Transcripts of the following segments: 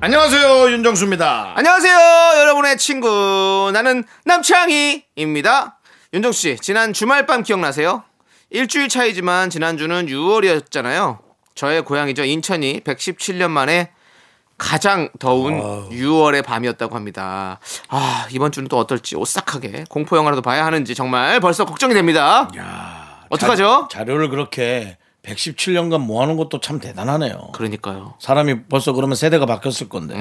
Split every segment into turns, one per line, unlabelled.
안녕하세요 윤정수입니다.
안녕하세요, 여러분의 친구. 나는 남창희입니다. 윤정씨, 지난 주말 밤 기억나세요? 일주일 차이지만 지난주는 6월이었잖아요. 저의 고향이죠. 인천이 117년 만에 가장 더운 6월의 밤이었다고 합니다. 아, 이번 주는 또 어떨지 오싹하게 공포영화라도 봐야 하는지 정말 벌써 걱정이 됩니다. 어떡하죠?
자, 료를 그렇게 117년간 모아놓은 것도 참 대단하네요.
그러니까요.
사람이 벌써 그러면 세대가 바뀌었을 건데.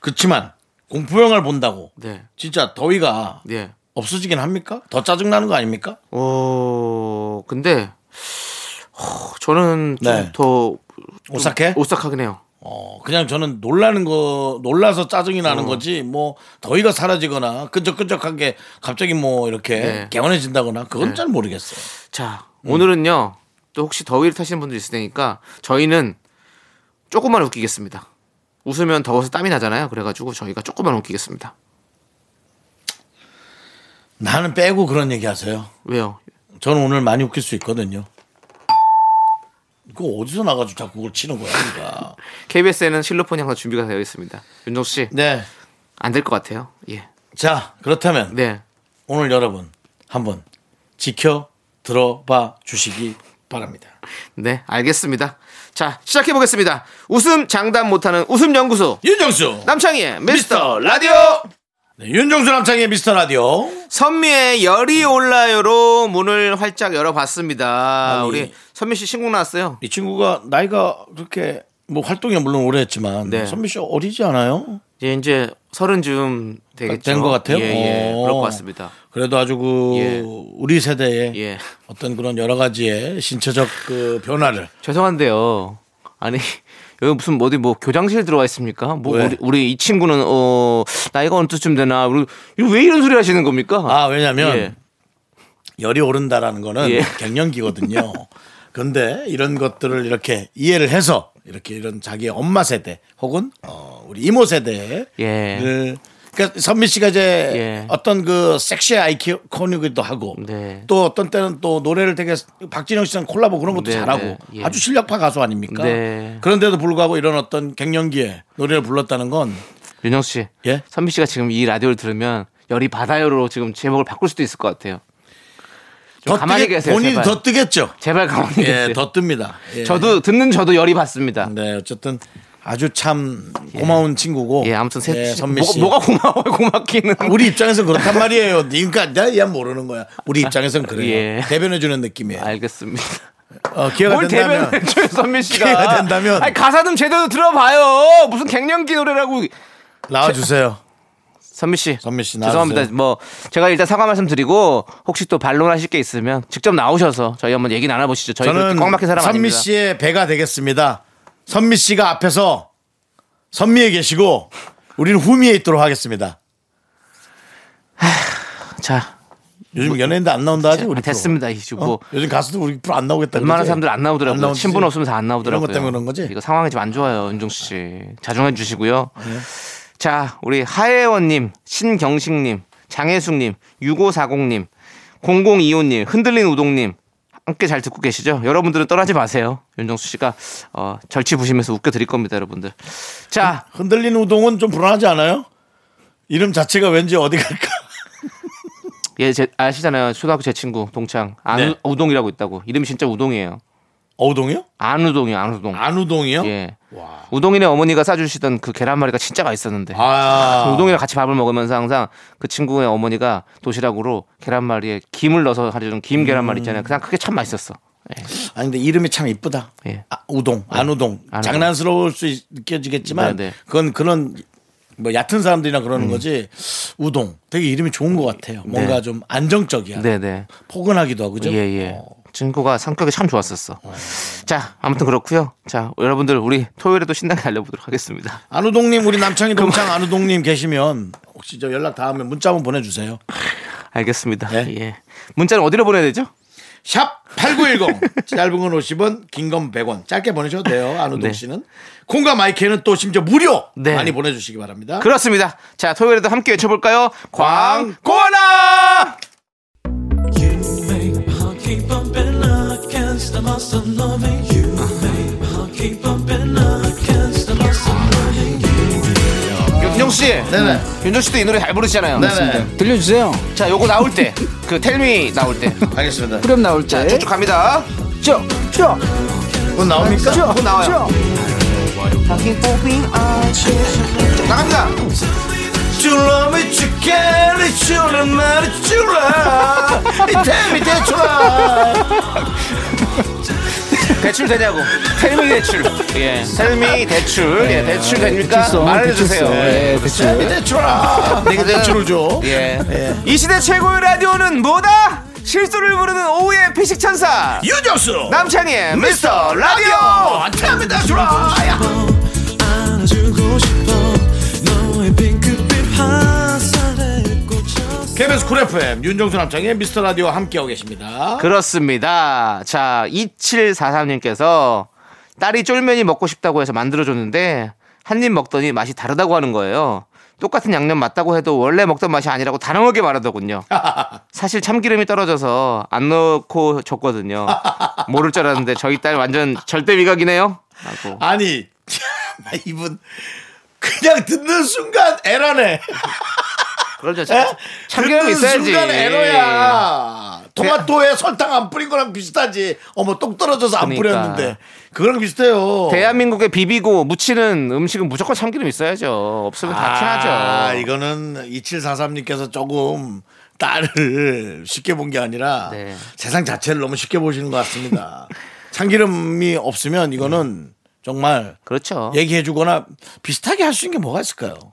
그렇지만 공포 영화를 본다고
음. 네.
진짜 더위가
예.
없어지긴 합니까? 더 짜증 나는 거 아닙니까?
오, 어, 근데, 어, 저는
네.
좀더
오싹해?
오싹하긴 해요.
어, 그냥 저는 놀라는 거 놀라서 짜증이 나는
어.
거지 뭐 더위가 사라지거나 끈적끈적한 게 갑자기 뭐 이렇게
네.
개운해진다거나 그건 잘 모르겠어요.
자,
음.
오늘은요. 또 혹시 더위를 타시는 분들 있을 테니까 저희는 조금만 웃기겠습니다. 웃으면 더워서 땀이 나잖아요. 그래가지고 저희가 조금만 웃기겠습니다.
나는 빼고 그런 얘기 하세요.
왜요?
저는 오늘 많이 웃길 수 있거든요. 그거 어디서 나가지고 자꾸 그걸 치는 거야, 우리가.
KBS에는 실로폰이 항상 준비가 되어 있습니다. 윤정수 씨,
네.
안 될 것 같아요. 예.
자, 그렇다면
네.
오늘 여러분 한번 지켜 들어봐 주시기 바랍니다.
네, 알겠습니다. 자, 시작해보겠습니다. 웃음 장담 못하는 웃음연구소.
윤정수!
남창희의 미스터 라디오!
네, 윤정수 남창의 미스터 라디오.
선미의 열이 올라요로 문을 활짝 열어봤습니다.
아니.
우리 선미 씨 신곡 나왔어요.
이 친구가 나이가 그렇게 뭐 활동이 물론 오래 했지만
네.
선미 씨 어리지 않아요?
예, 이제 이제 서른쯤 되겠죠.
된 것 같아요.
예, 예.
오.
그럴 것 같습니다.
그래도 아주 그
예.
우리 세대의
예.
어떤 그런 여러 가지의 신체적 그 변화를
죄송한데요. 아니 여기 무슨 어디 뭐 교장실 들어와 있습니까? 뭐
왜?
우리, 우리 이 친구는 어 나이가 어느 때쯤 되나? 우리 이거 왜 이런 소리 하시는 겁니까?
아 왜냐면
예.
열이 오른다라는 거는
예.
갱년기거든요. 근데 이런 것들을 이렇게 이해를 해서 이렇게 이런 자기의 엄마 세대 혹은 어, 우리 이모 세대를
예.
그러니까 선미 씨가 이제
예.
어떤 그 섹시 아이콘이기도 하고
네.
또 어떤 때는 또 노래를 되게 박진영 씨랑 콜라보 그런 것도
네,
잘하고
네, 예.
아주 실력파 가수 아닙니까?
네.
그런데도 불구하고 이런 어떤 갱년기에 노래를 불렀다는 건
윤영 씨,
예?
선미 씨가 지금 이 라디오를 들으면 열이 받아요로 지금 제목을 바꿀 수도 있을 것 같아요. 좀
더
가만히
뜨겠-
계세요.
본인이
제발.
더 뜨겠죠.
제발 가만히 계세요.
예, 더 뜹니다. 예.
저도 듣는 저도 열이 받습니다.
네, 어쨌든 아주 참 고마운 친구고.
예, 아무튼 셋
예, 선미 씨.
뭐, 가 고마워요, 고맙기는.
아, 우리 입장에서 그렇단 말이에요. 그러니까 나야 모르는 거야. 우리 입장에선 그래요.
예.
대변해 주는 느낌이에요.
알겠습니다.
어, 기회가
뭘
된다면
대변해줘요 선미 씨가
기회가 된다면.
아니, 가사 좀 제대로 들어봐요 무슨 갱년기 노래라고
나와 주세요.
선미 씨
선미 씨
죄송합니다
나와주세요.
뭐 제가 일단 사과 말씀드리고 혹시 또 반론하실 게 있으면 직접 나오셔서 저희 한번 얘기 나눠보시죠 저희
저는
그렇게 꽉 막힌 사람
선미
아닙니다
씨의 배가 되겠습니다. 선미 씨가 앞에서 선미에 계시고 우리는 후미에 있도록 하겠습니다.
자 아,
요즘 연예인도 안 나온다 하지 우리
뭐, 됐습니다
프로.
이뭐
어? 요즘 가수도 우리 프로 안 나오겠다.
웬만한
그러지?
사람들 안
안
나오더라고요
나오지.
친분 없으면서 안 나오더라고요
이런 것 때문에 그런 거지? 네.
이거 상황이 좀 안 좋아요 윤종수 씨 자중해 주시고요 자, 우리 하혜원님, 신경식님, 장혜숙님, 6540님, 0025님, 흔들린 우동님 함께 잘 듣고 계시죠? 여러분들은 떠나지 마세요. 윤정수 씨가 어, 절치 부시면서 웃겨 드릴 겁니다, 여러분들. 자,
흔들리는 우동은 좀 불안하지 않아요? 이름 자체가 왠지 어디 갈까?
예, 제, 아시잖아요. 초등학교 제 친구 동창 안
네.
우동이라고 있다고. 이름이 진짜 우동이에요.
어우동이요?
안우동이요, 안우동.
안우동이요?
예.
와.
우동이네 어머니가 싸주시던 그 계란말이가 진짜 맛있었는데. 그
아.
우동이랑 같이 밥을 먹으면서 항상 그 친구의 어머니가 도시락으로 계란말이에 김을 넣어서 하려는 김 계란말이 있잖아요. 그냥 그게 참 맛있었어. 예.
아니 근데 이름이 참 이쁘다.
예.
아, 우동, 안우동.
안우동.
장난스러울 수 있- 느껴지겠지만
네, 음. 네.
그건 그런 뭐 얕은 사람들이나 그러는 거지. 우동. 되게 이름이 좋은 것 같아요. 뭔가 좀 안정적이야.
네. 네네.
포근하기도 하고 그죠?
예예.
어.
친구가 성격이 참 좋았었어. 자, 아무튼 그렇고요. 자, 여러분들 우리 토요일에도 신나게 달려보도록 하겠습니다.
안우동님 우리 남창희 동창 안우동님 계시면 혹시 저 연락 닿으면 문자 한번 보내주세요.
알겠습니다.
네.
예. 문자는 어디로 보내야 되죠?
샵 8910 짧은 건 50원 긴 건 100원 짧게 보내셔도 돼요 안우동
네.
씨는 콩과 마이크는 또 심지어 무료
네.
많이 보내주시기 바랍니다
그렇습니다. 자, 토요일에도 함께 외쳐볼까요? 광고나!
You make my heart keep bumping against the must of loving. You make my heart keep bumping against the must of loving.
윤정 씨,
네네
윤정 씨도 이 노래 잘 부르시잖아요.
네네
들려주세요.
자, 요거 나올 때, 그 텔미 나올 때,
알겠습니다
그럼 나올 때.
쭉쭉 갑니다.
쭉, 쭉,
그건 나옵니까?
쭉,
쭉 나와요.
쭉.
나갑니다.
줄라미 주케리 줄라 마리 줄라 이태미 대출라
대출 되냐고. 텔미 대출. 예. 텔미 대출. 예, 대출 됩니까?
대출성,
말해주세요.
대출성.
예.
예, 대출.
이태미 대출라 내가 대출을 줘
네. 예. 이 시대 최고의 라디오는 뭐다? 실수를 부르는 오후의 피식 천사.
유정수
남창희의 미스터 라디오!
이태미 대출라
안아주고 싶어. 너의 핑크빛 화살에 꽂혔어.
KBS 쿨 FM 윤정수 남창의 미스터 라디오 함께하고 계십니다
그렇습니다. 자, 2743님께서 딸이 쫄면이 먹고 싶다고 해서 만들어줬는데 한 입 먹더니 맛이 다르다고 하는 거예요. 똑같은 양념 맞다고 해도 원래 먹던 맛이 아니라고 단호하게 말하더군요. 사실 참기름이 떨어져서 안 넣고 줬거든요. 모를 줄 알았는데 저희 딸 완전 절대 미각이네요. 라고.
아니 나 이분 그냥 듣는 순간 에러네
그럼 저 참기름
듣는
있어야지.
순간 에러야 토마토에 설탕 안 뿌린 거랑 비슷하지 어머 똑 떨어져서 안
그러니까.
뿌렸는데 그거랑 비슷해요
대한민국에 비비고 무치는 음식은 무조건 참기름 있어야죠. 없으면 다 티나죠.
아, 이거는 2743님께서 조금 딸을 쉽게 본 게 아니라
네.
세상 자체를 너무 쉽게 보시는 것 같습니다. 참기름이 없으면 이거는 정말
그렇죠.
얘기해 주거나 비슷하게 할 수 있는 게 뭐가 있을까요?
그렇죠.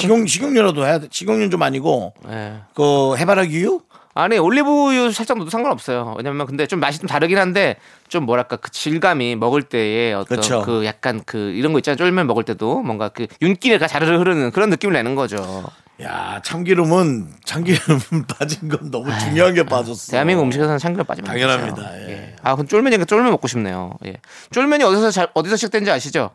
식용, 식용유라도 해야 돼. 식용유는 좀 아니고
예.
그 해바라기 유?
아니 올리브유 살짝 넣어도 상관없어요. 왜냐면 근데 좀 맛이 좀 다르긴 한데 좀 뭐랄까 그 질감이 먹을 때의 어떤 그
그쵸.
약간 그 이런 거 있잖아요. 쫄면 먹을 때도 뭔가 그 윤기가 자르르 흐르는 그런 느낌을 내는 거죠.
네. 야, 참기름은 참기름 빠진 건 너무 중요한 게 빠졌어.
대한민국 음식에서는 참기름 빠지면 안
당연합니다.
되죠.
예.
아 그럼 쫄면이니까 쫄면 먹고 싶네요. 예. 쫄면이 어디서 잘 어디서 시작된지 아시죠?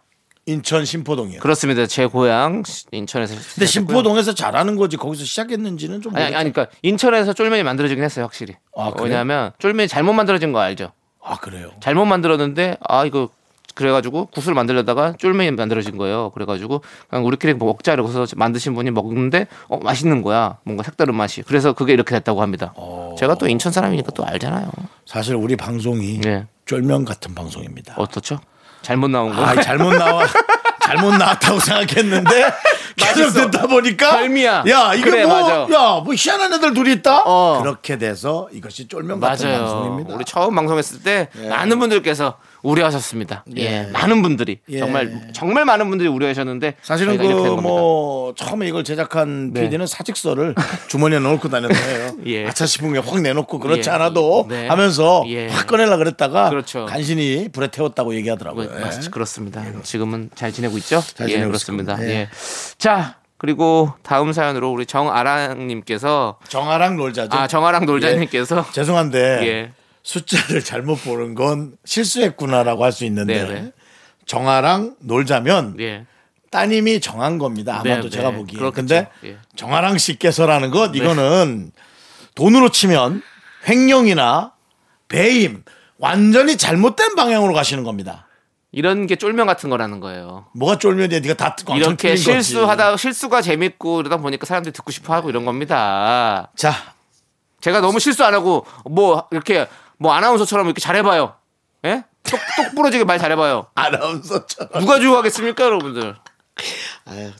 인천 신포동이요.
그렇습니다. 제 고향 시- 인천에서.
근데
시작했고요.
신포동에서 잘하는 거지 거기서 시작했는지는 좀
아니, 아니, 아니 그러니까 인천에서 쫄면이 만들어지긴 했어요 확실히.
아, 그래요?
왜냐하면 쫄면이 잘못 만들어진 거 알죠?
아, 그래요.
잘못 만들었는데 아 이거 그래가지고 구슬 만들려다가 쫄면이 만들어진 거예요. 그래가지고 그냥 우리끼리 뭐 먹자 이러고서 만드신 분이 먹는데 어 맛있는 거야. 뭔가 색다른 맛이. 그래서 그게 이렇게 됐다고 합니다.
어.
제가 또 인천 사람이니까 또 알잖아요.
사실 우리 방송이
예.
쫄면 같은 방송입니다.
어떻죠? 잘못 나온 거.
아, 잘못 나와. 잘못 나왔다고 생각했는데 계속 듣다 보니까
별미야.
야, 이게
그래,
뭐
맞아.
야, 뭐 희한한 애들 둘이 있다.
어.
그렇게 돼서 이것이 쫄면 같은
맞아요.
방송입니다. 예.
우리 처음 방송했을 때 많은 분들께서 우려하셨습니다. 예. 많은 분들이
예.
정말 정말 많은 분들이 우려하셨는데
사실은
저희가 이렇게 된
그
겁니다.
뭐 처음에 이걸 제작한
네.
PD는 사직서를 주머니에 넣고 다녔어요.
예.
아차 싶은 게 확 내놓고 그렇지
예.
않아도
네.
하면서
예.
확 꺼내려 그랬다가
그렇죠.
간신히 불에 태웠다고 얘기하더라고요.
네, 맞- 그렇습니다. 지금은 잘 지내고 있죠?
예. 잘
예,
지내고
그렇습니다.
있을
예.
겁니다.
자, 그리고 다음 사연으로 우리 정아랑님께서
정아랑 놀자죠.
아 정아랑 놀자님께서
죄송한데
예.
숫자를 잘못 보는 건 실수했구나라고 할 수 있는데
네네.
정아랑 놀자면
예.
따님이 정한 겁니다. 아마도
네,
제가
네.
보기에.
그렇겠죠.
근데
예. 네.
정아랑 씨께서라는 건 이거는 돈으로 치면 횡령이나 배임 완전히 잘못된 방향으로 가시는 겁니다.
이런 게 쫄면 같은 거라는 거예요.
뭐가 쫄면이야 네가 다 꽝
이렇게
쳐뜨린 거지.
실수하다 실수가 재밌고 이러다 보니까 사람들이 듣고 싶어하고 이런 겁니다.
자
제가 너무 실수 안 하고 뭐 이렇게 뭐 아나운서처럼 이렇게 잘해봐요. 예? 똑똑 부러지게 말 잘해봐요.
아나운서처럼
누가 좋아하겠습니까, 여러분들?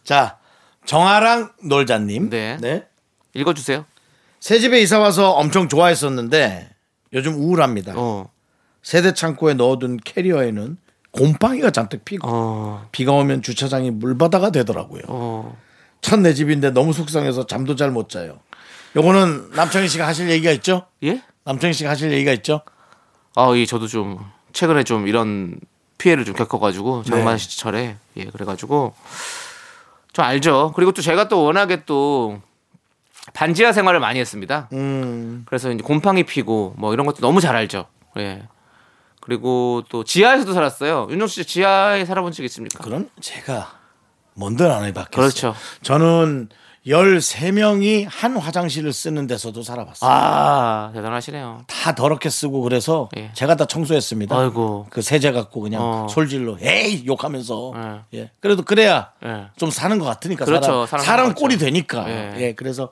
자 정아랑 놀자님
네.
네.
읽어주세요.
새 집에 이사 와서 엄청 좋아했었는데 요즘 우울합니다.
어,
세대 창고에 넣어둔 캐리어에는 곰팡이가 잔뜩 피고
어,
비가 오면 주차장이 물바다가 되더라고요.
어.
첫 내 집인데 너무 속상해서 잠도 잘 못 자요. 요거는 남창희 씨가 하실 얘기가 있죠?
예?
남창희 씨가 하실 얘기가 있죠?
아, 이 저도 좀 최근에 좀 이런 피해를 좀 겪어가지고
네.
장마철에 예 그래가지고 저 알죠. 그리고 또 제가 또 워낙에 또 반지하 생활을 많이 했습니다.
음.
그래서 이제 곰팡이 피고 뭐 이런 것도 너무 잘 알죠. 예. 그리고 또 지하에서도 살았어요. 윤정수 씨 지하에 살아본 적 있습니까?
그럼 제가 뭔들 안 해봤겠어요.
그렇죠.
저는 13명이 한 화장실을 쓰는 데서도 살아봤어요.
아 대단하시네요.
다 더럽게 쓰고 그래서
예.
제가 다 청소했습니다.
아이고.
그 세제 갖고 그냥
어.
솔질로 에이 욕하면서 예. 그래도 그래야
예.
좀 사는 것 같으니까
그렇죠.
사람,
사람
사람
사는 것
꼴이
같죠.
되니까 예.
예.
그래서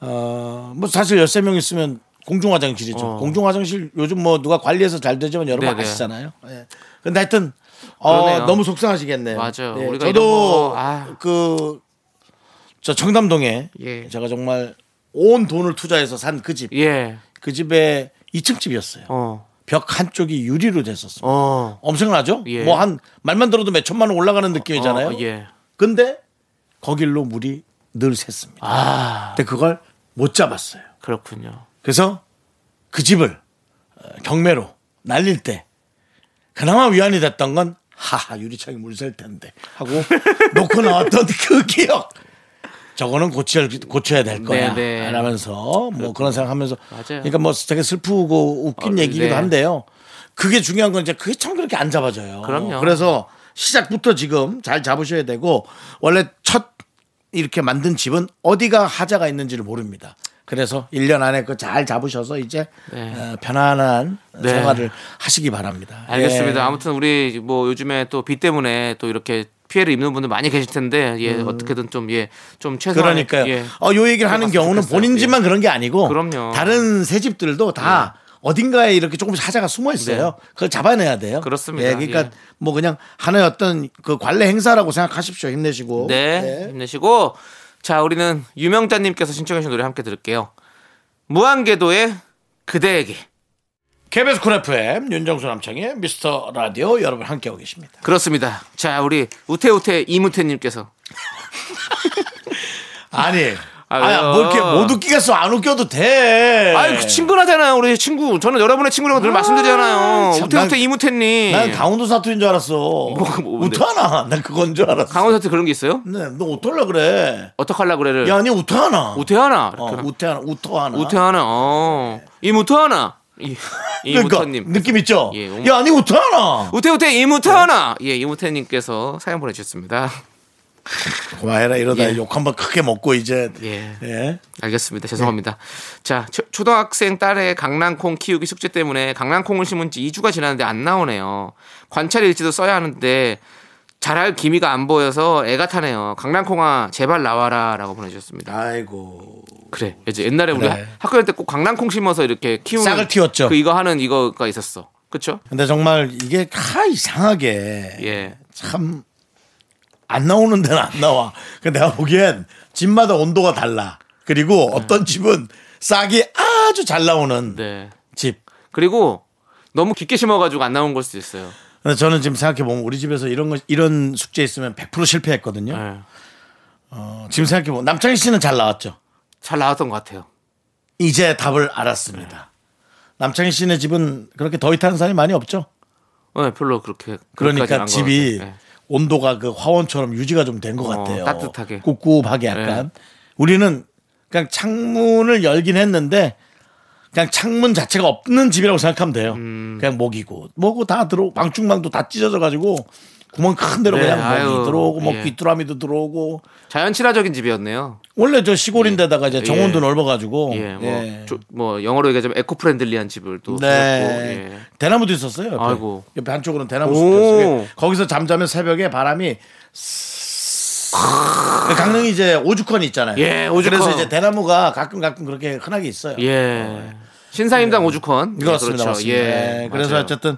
어, 뭐 사실 13명 있으면 공중화장실이죠. 공중화장실 요즘 뭐 누가 관리해서 잘 되지만 여러분
어. 네네.
아시잖아요. 예. 근데 하여튼 어,
그러네요.
너무 속상하시겠네요.
맞아요.
예,
우리가 이런
저도
거, 아.
그 저 청담동에
예.
제가 정말 온 돈을 투자해서 산 그 집.
예.
그 집에 2층 집이었어요.
어.
벽 한쪽이 유리로 됐었어요.
어.
엄청나죠?
예.
뭐 한 말만 들어도 몇 천만 원 올라가는 느낌이잖아요.
어, 예.
근데 거길로 물이 늘 샜습니다.
아
근데 그걸 못 잡았어요.
그렇군요.
그래서 그 집을 어, 경매로 날릴 때 그나마 위안이 됐던 건 하하 유리창이 물 셀 텐데 하고 놓고 나왔던 그 기억. 저거는 고쳐야, 고쳐야 될 거야.
네, 네.
라면서 뭐 그런 생각하면서
맞아요.
그러니까 뭐 되게 슬프고 웃긴
어,
얘기기도
네.
한데요. 그게 중요한 건 이제 그게 참 그렇게 안 잡아져요.
그럼요.
그래서 시작부터 지금 잘 잡으셔야 되고 원래 첫 이렇게 만든 집은 어디가 하자가 있는지를 모릅니다. 그래서 1년 안에 그 잘 잡으셔서 이제
네.
어, 편안한
네.
생활을 하시기 바랍니다.
알겠습니다.
예.
아무튼 우리 뭐 요즘에 또 비 때문에 또 이렇게 피해를 입는 분들 많이 계실 텐데 예 어떻게든 좀예좀 최소한의
음. 그러니까요.
예.
어, 요 얘기를 하는
해봤으면
경우는
좋겠어요.
본인 집만 그런 게 아니고
그럼요. 네.
다른 새 집들도 다 어딘가에 이렇게 조금씩 사자가 숨어 있어요. 그걸 잡아내야 돼요.
그렇습니다.
예, 그러니까
예.
뭐 그냥 하나의 어떤 그 관례 행사라고 생각하십시오. 힘내시고. 예.
네, 힘내시고 자 우리는 유명자님께서 신청해 주신 노래 함께 들을게요. 무한궤도의 그대에게
KBS 쿨 FM 윤정수 남창의 미스터 라디오 여러분 함께하고 계십니다.
그렇습니다. 자 우리 우태우태 이무태님께서
아니.
아,
아,
왜요?
뭐 이렇게 못 웃기겠어. 안 웃겨도 돼.
아유 그 친근하잖아요 우리 친구 저는 여러분의 친구라고 늘 말씀드리잖아요.
참,
우태우태
난-
이무태님
난 강원도 사투리인 줄 알았어.
뭐, 근데?
우타나. 난 그건 줄 알았어.
강원사태 그런 게 있어요?
네, 너 어떨라 그래.
어떡할라 그래를
야, 아니 우타나.
우태하나
어,
이렇게
우태하나, 우터하나.
우태하나 어.
네.
이무태하나 이-
그러니까
이무태님
느낌 있죠?
예, 어머.
야, 아니 우타나.
우태 우태 이무태하나
네.
예 이무태님께서 사연 보내주셨습니다
와해라 이러다
예.
욕 한번 크게 먹고 이제.
예.
예.
알겠습니다 죄송합니다
네.
자 초, 초등학생 딸의 강낭콩 키우기 숙제 때문에 강낭콩을 심은 지 2주가 지났는데 안 나오네요 관찰일지도 써야 하는데 자랄 기미가 안 보여서 애가 타네요 강낭콩아 제발 나와라 라고 보내주셨습니다
아이고.
그래 이제 옛날에 우리
그래.
학- 학교 다닐 때꼭 강낭콩 심어서 이렇게 키우는
네. 싹을 틔웠죠.
그 이거 하는 이거가 있었어 그쵸?
근데 정말 이게 하 이상하게
예.
참 안 나오는 데는 안 나와. 근데 내가 보기엔 집마다 온도가 달라. 그리고 어떤 집은 싹이 아주 잘 나오는
네.
집.
그리고 너무 깊게 심어가지고 안 나온 걸 수도 있어요.
근데 저는 지금 생각해 보면 우리 집에서 이런 거 이런 숙제 있으면 100% 실패했거든요.
예.
어, 지금 생각해 보면 남창희 씨는 잘 나왔죠.
잘 나왔던 것 같아요.
이제 답을 알았습니다. 남창희 씨네 집은 그렇게 더위 타는 사람이 많이 없죠.
예, 별로 그렇게 그렇게까지는
그러니까
안것
집이
같아요. 네. 예.
온도가 그 화원처럼 유지가 좀 된 것
어,
같아요.
따뜻하게. 예.
꿉꿉하게 약간. 우리는 그냥 창문을 열긴 했는데 그냥 창문 자체가 없는 집이라고 생각하면 돼요.
음.
그냥 목이고 뭐고 다 들어 방충망도 다 찢어져 가지고 구멍 큰 데로
네,
그냥 목이
아유,
들어오고 뭐
예.
귀뚜라미도 들어오고
예. 자연 친화적인 집이었네요.
원래 저 시골인데다가 이제 정원도
예.
넓어가지고
예, 뭐,
예.
조- 뭐 영어로 얘기하자면 에코 프렌들리한 집을 또
네.
세웠고, 예.
대나무도 있었어요. 옆에.
아이고.
옆에 한쪽으로는 대나무
오.
숲이었어요. 거기서 잠자면 새벽에 바람이 그 강릉이 이제 오죽헌 있잖아요.
예, 오죽헌.
그래서 이제 대나무가 가끔 가끔 그렇게 흔하게 있어요.
예. 신사임당 오죽헌.
이거
예,
맞습니다.
그렇죠.
맞습니다.
예.
예, 그래서
맞아요.
어쨌든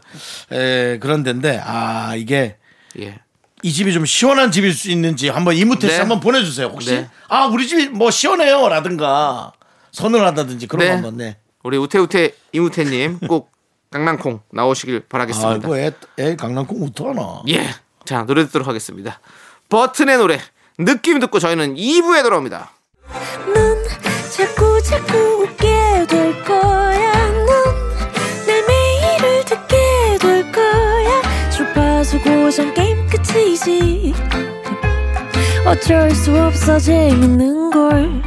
에, 그런 데인데 아 이게
예.
이 집이 좀 시원한 집일 수 있는지 한번 이무태 씨
네.
한번 보내주세요. 혹시
네.
아 우리 집이 뭐 시원해요라든가 서늘하다든지 그런
네.
거 한번 네.
우리 우태우태 이우태님 꼭 강낭콩 나오시길 바라겠습니다.
아이고 애, 애 강남콩 우터하나.
예. 자, 노래 듣도록 하겠습니다. 버튼의 노래. 느낌 듣고 저희는 2부에 돌아옵니다.
넌 자꾸 자꾸 웃게 될 거야. 넌내 매일을 이지 어쩔 수 없어 재밌는 걸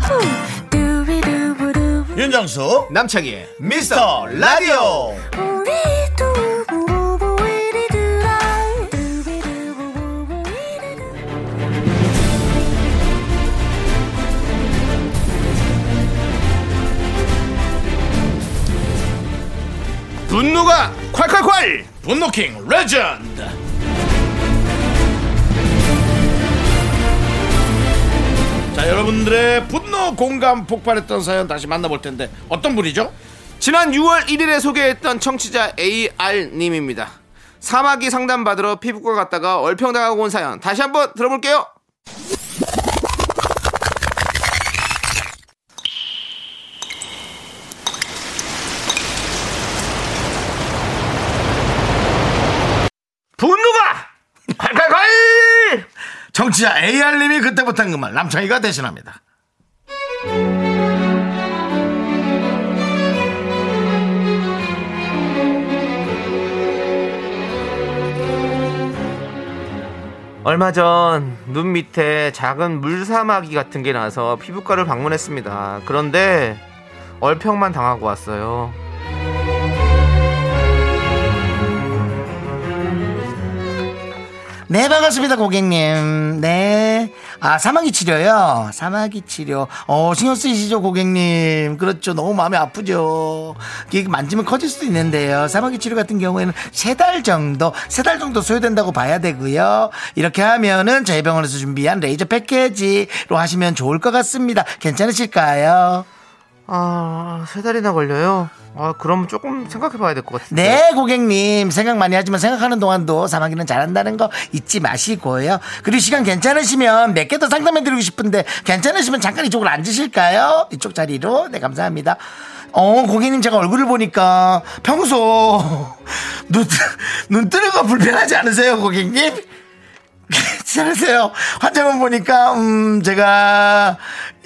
후. 두비두부두.
윤정수
남창희의 미스터 라디오
우리 두부부부 우리 두라. 두비두부부부 우리 두라.
분노가 콸콸콸
분노킹 레전드 자 여러분들의 분노 공감 폭발했던 사연 다시 만나볼 텐데 어떤 분이죠?
지난 6월 1일에 소개했던 청취자 AR님입니다. 사마귀 상담받으러 피부과 갔다가 얼평당하고 온 사연 다시 한번 들어볼게요. 분노가 콸콸콸
정치자 AR님이 그때부터 한 그 말 남창희가 대신합니다
얼마 전 눈 밑에 작은 물사마귀 같은 게 나서 피부과를 방문했습니다. 그런데 얼평만 당하고 왔어요.
네, 반갑습니다, 고객님. 네. 아, 사마귀 치료요? 사마귀 치료. 어, 신경 쓰이시죠, 고객님? 그렇죠. 너무 마음이 아프죠. 이게 만지면 커질 수도 있는데요. 사마귀 치료 같은 경우에는 세 달 정도, 세 달 정도 소요된다고 봐야 되고요. 이렇게 하면은 저희 병원에서 준비한 레이저 패키지로 하시면 좋을 것 같습니다. 괜찮으실까요?
아, 세 달이나 걸려요? 아, 그럼 조금 생각해 봐야 될 것 같은데.
네, 고객님. 생각 많이 하지만 생각하는 동안도 사마귀는 잘한다는 거 잊지 마시고요. 그리고 시간 괜찮으시면 몇 개 더 상담해드리고 싶은데 괜찮으시면 잠깐 이쪽으로 앉으실까요? 이쪽 자리로. 네, 감사합니다. 어, 고객님 제가 얼굴을 보니까 평소 눈, 눈 뜨는 거 불편하지 않으세요, 고객님? 괜찮으세요? 환자분 보니까 음 제가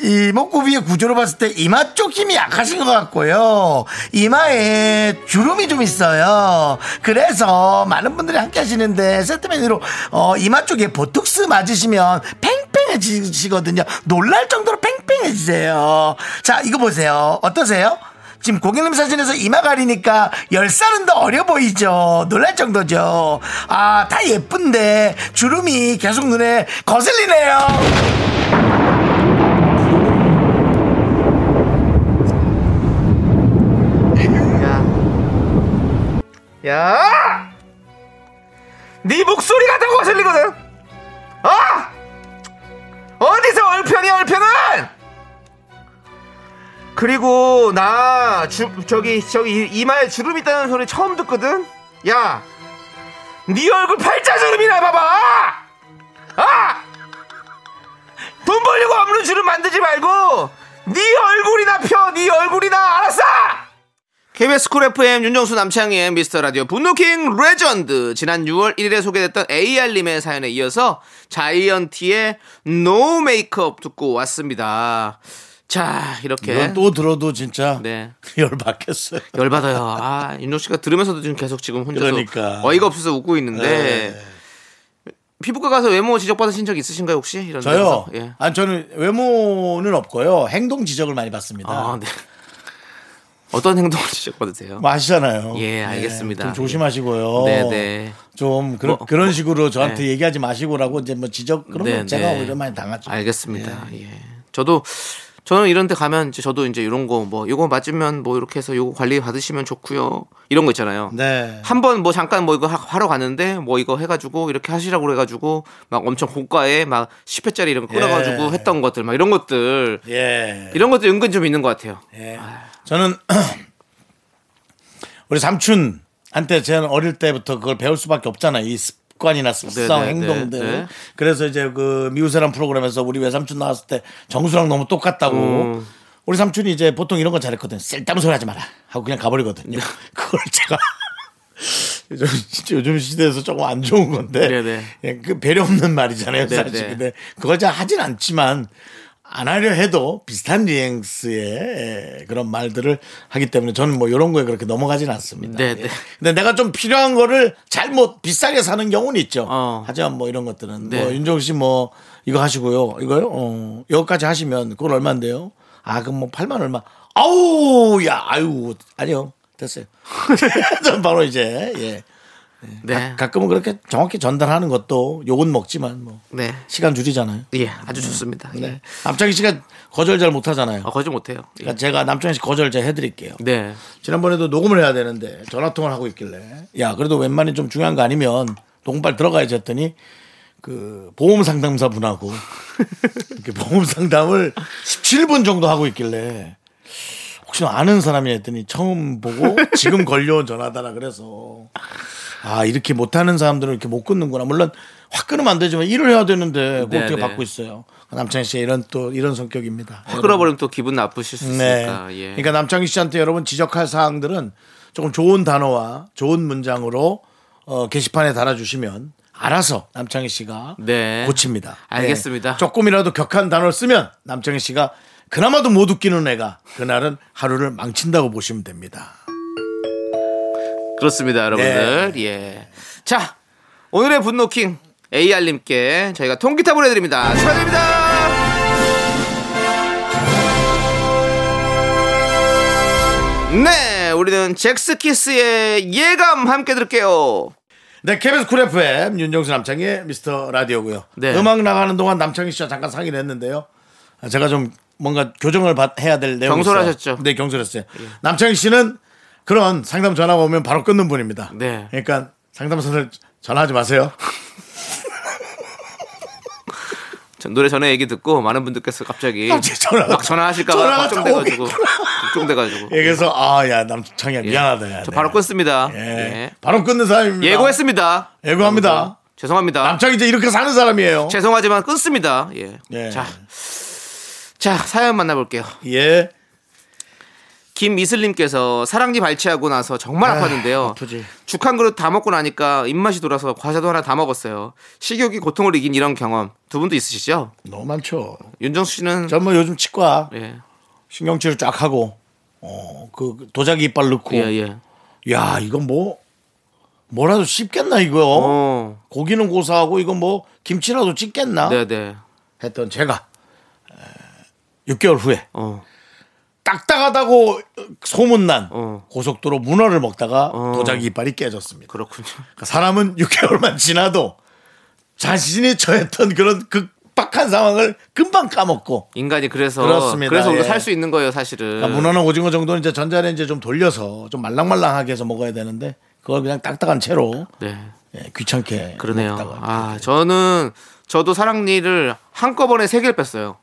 이 목구비의 구조로 봤을 때 이마 쪽 힘이 약하신 것 같고요. 이마에 주름이 좀 있어요. 그래서 많은 분들이 함께 하시는데 세트 메뉴로 어, 이마 쪽에 보톡스 맞으시면 팽팽해지시거든요. 놀랄 정도로 팽팽해지세요. 자, 이거 보세요. 어떠세요? 지금 고객님 사진에서 이마 가리니까 열살은더 어려 보이죠. 놀랄 정도죠. 아, 다 예쁜데 주름이 계속 눈에 거슬리네요.
야. 야! 네 목소리가 더 거슬리거든. 아! 어디서 얼평이 얼평은? 그리고 나 주, 저기 저기 이- 이마에 주름 있다는 소리 처음 듣거든. 야. 네 얼굴 팔자 주름이나 봐봐. 아! 돈 벌려고 없는 주름 만들지 말고 네 얼굴이나 펴. 네 얼굴이나 알았어? KBS 쿨 FM 윤정수 남창희의 미스터 라디오 분노킹 레전드 지난 6월 1일에 소개됐던 AR님의 사연에 이어서 자이언티의 노 메이크업 듣고 왔습니다. 자 이렇게
이건 또 들어도 진짜
예. 네
열받겠어요
열받아요. 아 윤정 씨가 들으면서도 지금 계속 지금 혼자서
그러니까.
어이가 없어서 웃고 있는데
네.
피부과 가서 외모 지적 받으신 적 있으신가요 혹시 이런 데서?
저요?
예.
아니 저는 외모는 없고요 행동 지적을 많이 받습니다
아 네. 어떤 행동을 지적 받으세요?
뭐 아시잖아요
예, 알겠습니다.
좀 조심하시고요
네네.
좀 그런
뭐,
그런 식으로 저한테
네.
얘기하지 마시고라고 이제 뭐 지적 그런
네,
건 제가
네.
오히려 많이 당하죠. 네.
알겠습니다. 예. 저도 저는 이런 데 가면 이제 저도 이제 이런 거 뭐 요거 맞으면 뭐 이렇게 해서 요거 관리 받으시면 좋고요. 이런 거 있잖아요.
네.
한 번 뭐 잠깐 뭐 이거 하- 하러 갔는데 뭐 이거 해 가지고 이렇게 하시라고 그래 가지고 막 엄청 고가에 막 10회짜리 이런 거 끊어 가지고
예.
했던 것들 막 이런 것들
예.
이런 것도 은근 좀 있는 것 같아요.
예. 저는 우리 삼촌한테 제가 어릴 때부터 그걸 배울 수밖에 없잖아요. 이 습관이나
네,
습성
네,
행동들.
네, 네.
그래서 이제 그 미우새란 프로그램에서 우리 외삼촌 나왔을 때 정수랑 너무 똑같다고.
음.
우리 삼촌이 이제 보통 이런 거 잘했거든. 쓸데없는 소리 하지 마라 하고 그냥 가버리거든요.
네.
그걸 제가 요즘, 요즘 시대에서 조금 안 좋은 건데
네, 네.
예, 그 배려 없는 말이잖아요.
네,
사실.
네.
근데 그걸 잘 하진 않지만 안 하려 해도 비슷한 뉘앙스의 에, 그런 말들을 하기 때문에 저는 뭐 이런 거에 그렇게 넘어가진 않습니다.
네, 네.
예. 근데 내가 좀 필요한 거를 잘못 비싸게 사는 경우는 있죠.
어.
하지만 뭐 이런 것들은
네.
뭐 윤종 씨 뭐 이거 하시고요. 이거요? 어, 여기까지 하시면 그건 얼마인데요? 아, 그럼 뭐 8만 얼마. 아우, 야, 아유, 아니요. 됐어요. 전 바로 이제 예.
네.
가끔은 그렇게 정확히 전달하는 것도 욕은 먹지만 뭐
네.
시간 줄이잖아요.
예, 아주 좋습니다. 예.
네. 남창희 씨가 거절 잘 못하잖아요.
아, 거짓 못해요. 예.
그러니까 제가 남창희 씨 거절 제가 해드릴게요.
네.
지난번에도 녹음을 해야 되는데 전화 통화를 하고 있길래 야 그래도 웬만히 좀 중요한 거 아니면 동발 들어가야지 했더니 그 보험 상담사 분하고 이렇게 보험 상담을 17분 정도 하고 있길래 혹시 아는 사람이 했더니 처음 보고 지금 걸려온 전화다라 그래서 아 이렇게 못하는 사람들은 이렇게 못 끊는구나 물론 확 끊으면 안 되지만 일을 해야 되는데 그거
네,
어떻게
네.
받고 있어요 남창희 씨 이런 또 이런 성격입니다
확 끌어버리면 또 기분 나쁘실
네.
수 있으니까. 예.
그러니까 남창희 씨한테 여러분 지적할 사항들은 조금 좋은 단어와 좋은 문장으로 어, 게시판에 달아주시면 알아서 남창희 씨가
네.
고칩니다.
알겠습니다.
네. 조금이라도 격한 단어를 쓰면 남창희 씨가 그나마도 못 웃기는 애가 그날은 하루를 망친다고 보시면 됩니다.
그렇습니다, 여러분들.
네.
예. 자, 오늘의 분노킹 AR님께 저희가 통기타 보내드립니다. 축하드립니다. 네, 우리는 잭스키스의 예감 함께 들을게요.
네, KBS 쿨 FM 윤정수 남창희의 미스터 라디오고요.
네.
음악 나가는 동안 남창희 씨와 잠깐 상의를 했는데요. 아, 제가 좀 뭔가 교정을 받- 해야 될 내용
경솔하셨죠? 예.
네, 경솔했어요. 남창희 씨는 그런 상담 전화가 오면 바로 끊는 분입니다.
네.
그러니까 상담사들 전화하지 마세요.
전 노래 전에 얘기 듣고 많은 분들께서 갑자기
갑자기 아, 전화가
막 전화하실까봐
전화가
걱정돼가지고
오겠구나.
걱정돼가지고
예, 그래서 아, 야, 남창희 야
예.
미안하다. 야,
저 바로
내가.
끊습니다.
예.
예.
바로 끊는 사람입니다.
예고했습니다.
예고합니다.
여러분들, 죄송합니다.
남창희 이제 이렇게 사는 사람이에요.
죄송하지만 끊습니다. 예.
예.
자. 자, 사연 만나볼게요.
예.
김이슬님께서 사랑니 발치하고 나서 정말 아팠는데요.
아프지.
죽 한 그릇 다 먹고 나니까 입맛이 돌아서 과자도 하나 다 먹었어요. 식욕이 고통을 이긴 이런 경험 두 분도 있으시죠?
너무 많죠.
윤정수 씨는
전 뭐 요즘 치과
예.
신경치료 쫙 하고 어그 도자기 이빨 넣고
예, 예.
야 이건 뭐 뭐라도 씹겠나 이거
어.
고기는 고사하고 이거 뭐 김치라도 찢겠나
네, 네.
했던 제가 6개월 후에
어.
딱딱하다고 소문난
어.
고속도로 문어를 먹다가
어.
도자기 이빨이 깨졌습니다.
그렇군요.
그러니까 사람은 6개월만 지나도 자신이 처했던 그런 극박한 상황을 금방 까먹고
인간이 그래서
그렇습니다.
래서 우리가
예.
살 수 있는 거예요, 사실은.
그러니까 문어나 오징어 정도는 이제 전자레인지에 좀 돌려서 좀 말랑말랑하게 해서 먹어야 되는데 그걸 그냥 딱딱한 채로
네.
예, 귀찮게
그러네요.
먹다가.
아, 저는 저도 사랑니를 한꺼번에 세 개를 뺐어요.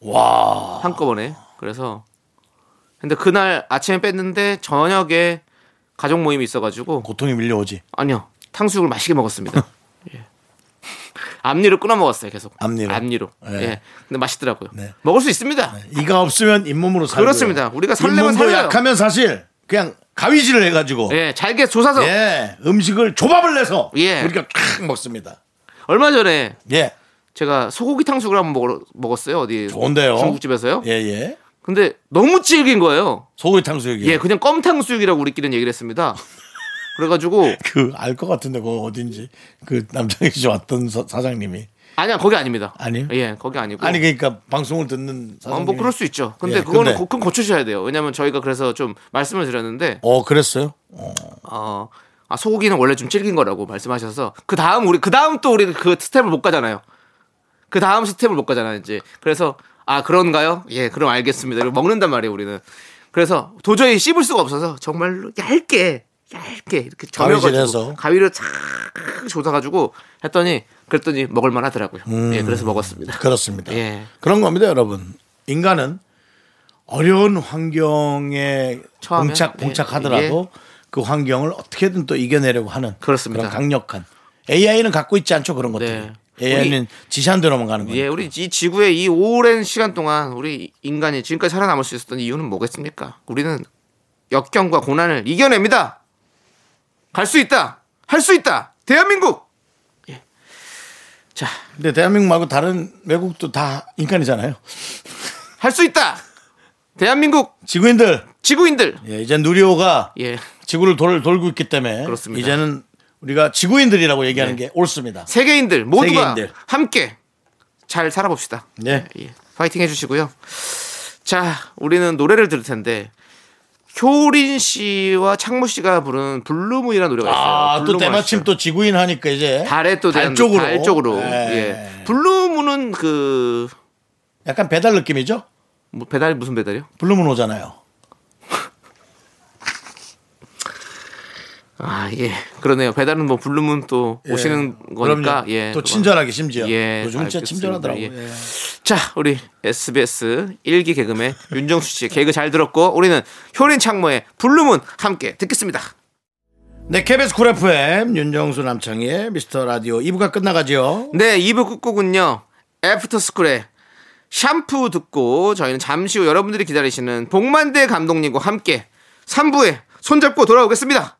와
한꺼번에. 그래서 근데 그날 아침에 뺐는데 저녁에 가족 모임이 있어가지고
고통이 밀려오지
아니요 탕수육을 맛있게 먹었습니다. 예. 앞니로 끊어 먹었어요 계속.
앞니로?
예.
예.
근데 맛있더라고요.
네.
먹을 수 있습니다.
이가 없으면 잇몸으로 살고
그렇습니다. 우리가 살려면
잇몸도
살려요.
약하면 사실 그냥 가위질을 해가지고 예,
예, 잘게 조사서
음식을 조밥을 내서
예.
우리가 쫙 먹습니다.
얼마 전에
예
제가 소고기 탕수육을 한번 먹으러, 먹었어요 어디
좋은데요.
중국집에서요.
예예
근데 너무 질긴 거예요.
소고기 탕수육이
예, 그냥 껌 탕수육이라고 우리끼리는 얘기를 했습니다. 그래가지고
그알 것 같은데 그거 어딘지 그 남자이 씨 왔던 서- 사장님이
아니야 거기 아닙니다.
아니에요?
예, 거기 아니고.
아니 그러니까 방송을 듣는
어,
사장님
뭐 그럴 수 있죠. 근데
예,
그거는
근데.
고- 그건 고쳐주셔야 돼요. 왜냐면 저희가 그래서 좀 말씀을 드렸는데
어 그랬어요?
어, 아, 소고기는 원래 좀 질긴 거라고 말씀하셔서 그 다음 우리 그 다음 또 우리 그 스텝을 못 가잖아요. 그 다음 스텝을 못 가잖아요 이제. 그래서 아 그런가요? 예, 그럼 알겠습니다. 이걸 먹는단 말이에요 우리는. 그래서 도저히 씹을 수가 없어서 정말로 얇게 얇게 이렇게
가위질해서.
점여가지고 가위로 착 조사가지고 했더니 그랬더니 먹을만 하더라고요.
음.
예, 그래서 먹었습니다.
그렇습니다.
예.
그런 겁니다, 여러분. 인간은 어려운 환경에
처하면, 네, 예.
봉착 봉착하더라도 그 환경을 어떻게든 또 이겨내려고 하는
그렇습니다.
런 강력한 AI는 갖고 있지 않죠 그런 것들.
네.
AI는 지시한 대로만 가는 거예요.
예, 우리 이 지구의 이 오랜 시간 동안 우리 인간이 지금까지 살아남을 수 있었던 이유는 뭐겠습니까? 우리는 역경과 고난을 이겨냅니다. 갈 수 있다. 할 수 있다. 대한민국. 예. 자,
근데 대한민국 말고 다른 외국도 다 인간이잖아요.
할 수 있다. 대한민국
지구인들,
지구인들.
예, 이제 누리호가
예.
지구를 돌, 돌고 있기 때문에
그렇습니다. 네.
이제는 우리가 지구인들이라고 얘기하는 게 옳습니다.
세계인들 모두가
세계인들.
함께 잘 살아봅시다.
네.
예, 파이팅 해주시고요. 자, 우리는 노래를 들을 텐데 효린 씨와 창모 씨가 부른 블루문이라는 노래가 있어요.
아, 또
블루문
때마침
아시죠?
또 지구인 하니까 이제
달에 또 대한
달 쪽으로.
달 쪽으로.
예.
예. 블루문은 그
약간 배달 느낌이죠?
뭐 배달 무슨 배달이요?
블루문 오잖아요.
아, 예. 그러네요. 배달은 뭐 블루문 또
예.
오시는 거니까.
그럼요.
예.
또
그건.
친절하게 심지어.
예,
요즘 은 진짜
알겠습니다.
친절하더라고요.
예.
예.
자, 우리 SBS 일기 개그맨 윤정수 씨 개그 잘 들었고 우리는 효린 창모의 블루문 함께 듣겠습니다.
네, KBS 쿨 FM 윤정수 남창희의 미스터 라디오 2부가 끝나가죠.
네, 2부 끝곡은요. 애프터스쿨의 샴푸 듣고 저희는 잠시 후 여러분들이 기다리시는 복만대 감독님과 함께 3부에 손잡고 돌아오겠습니다.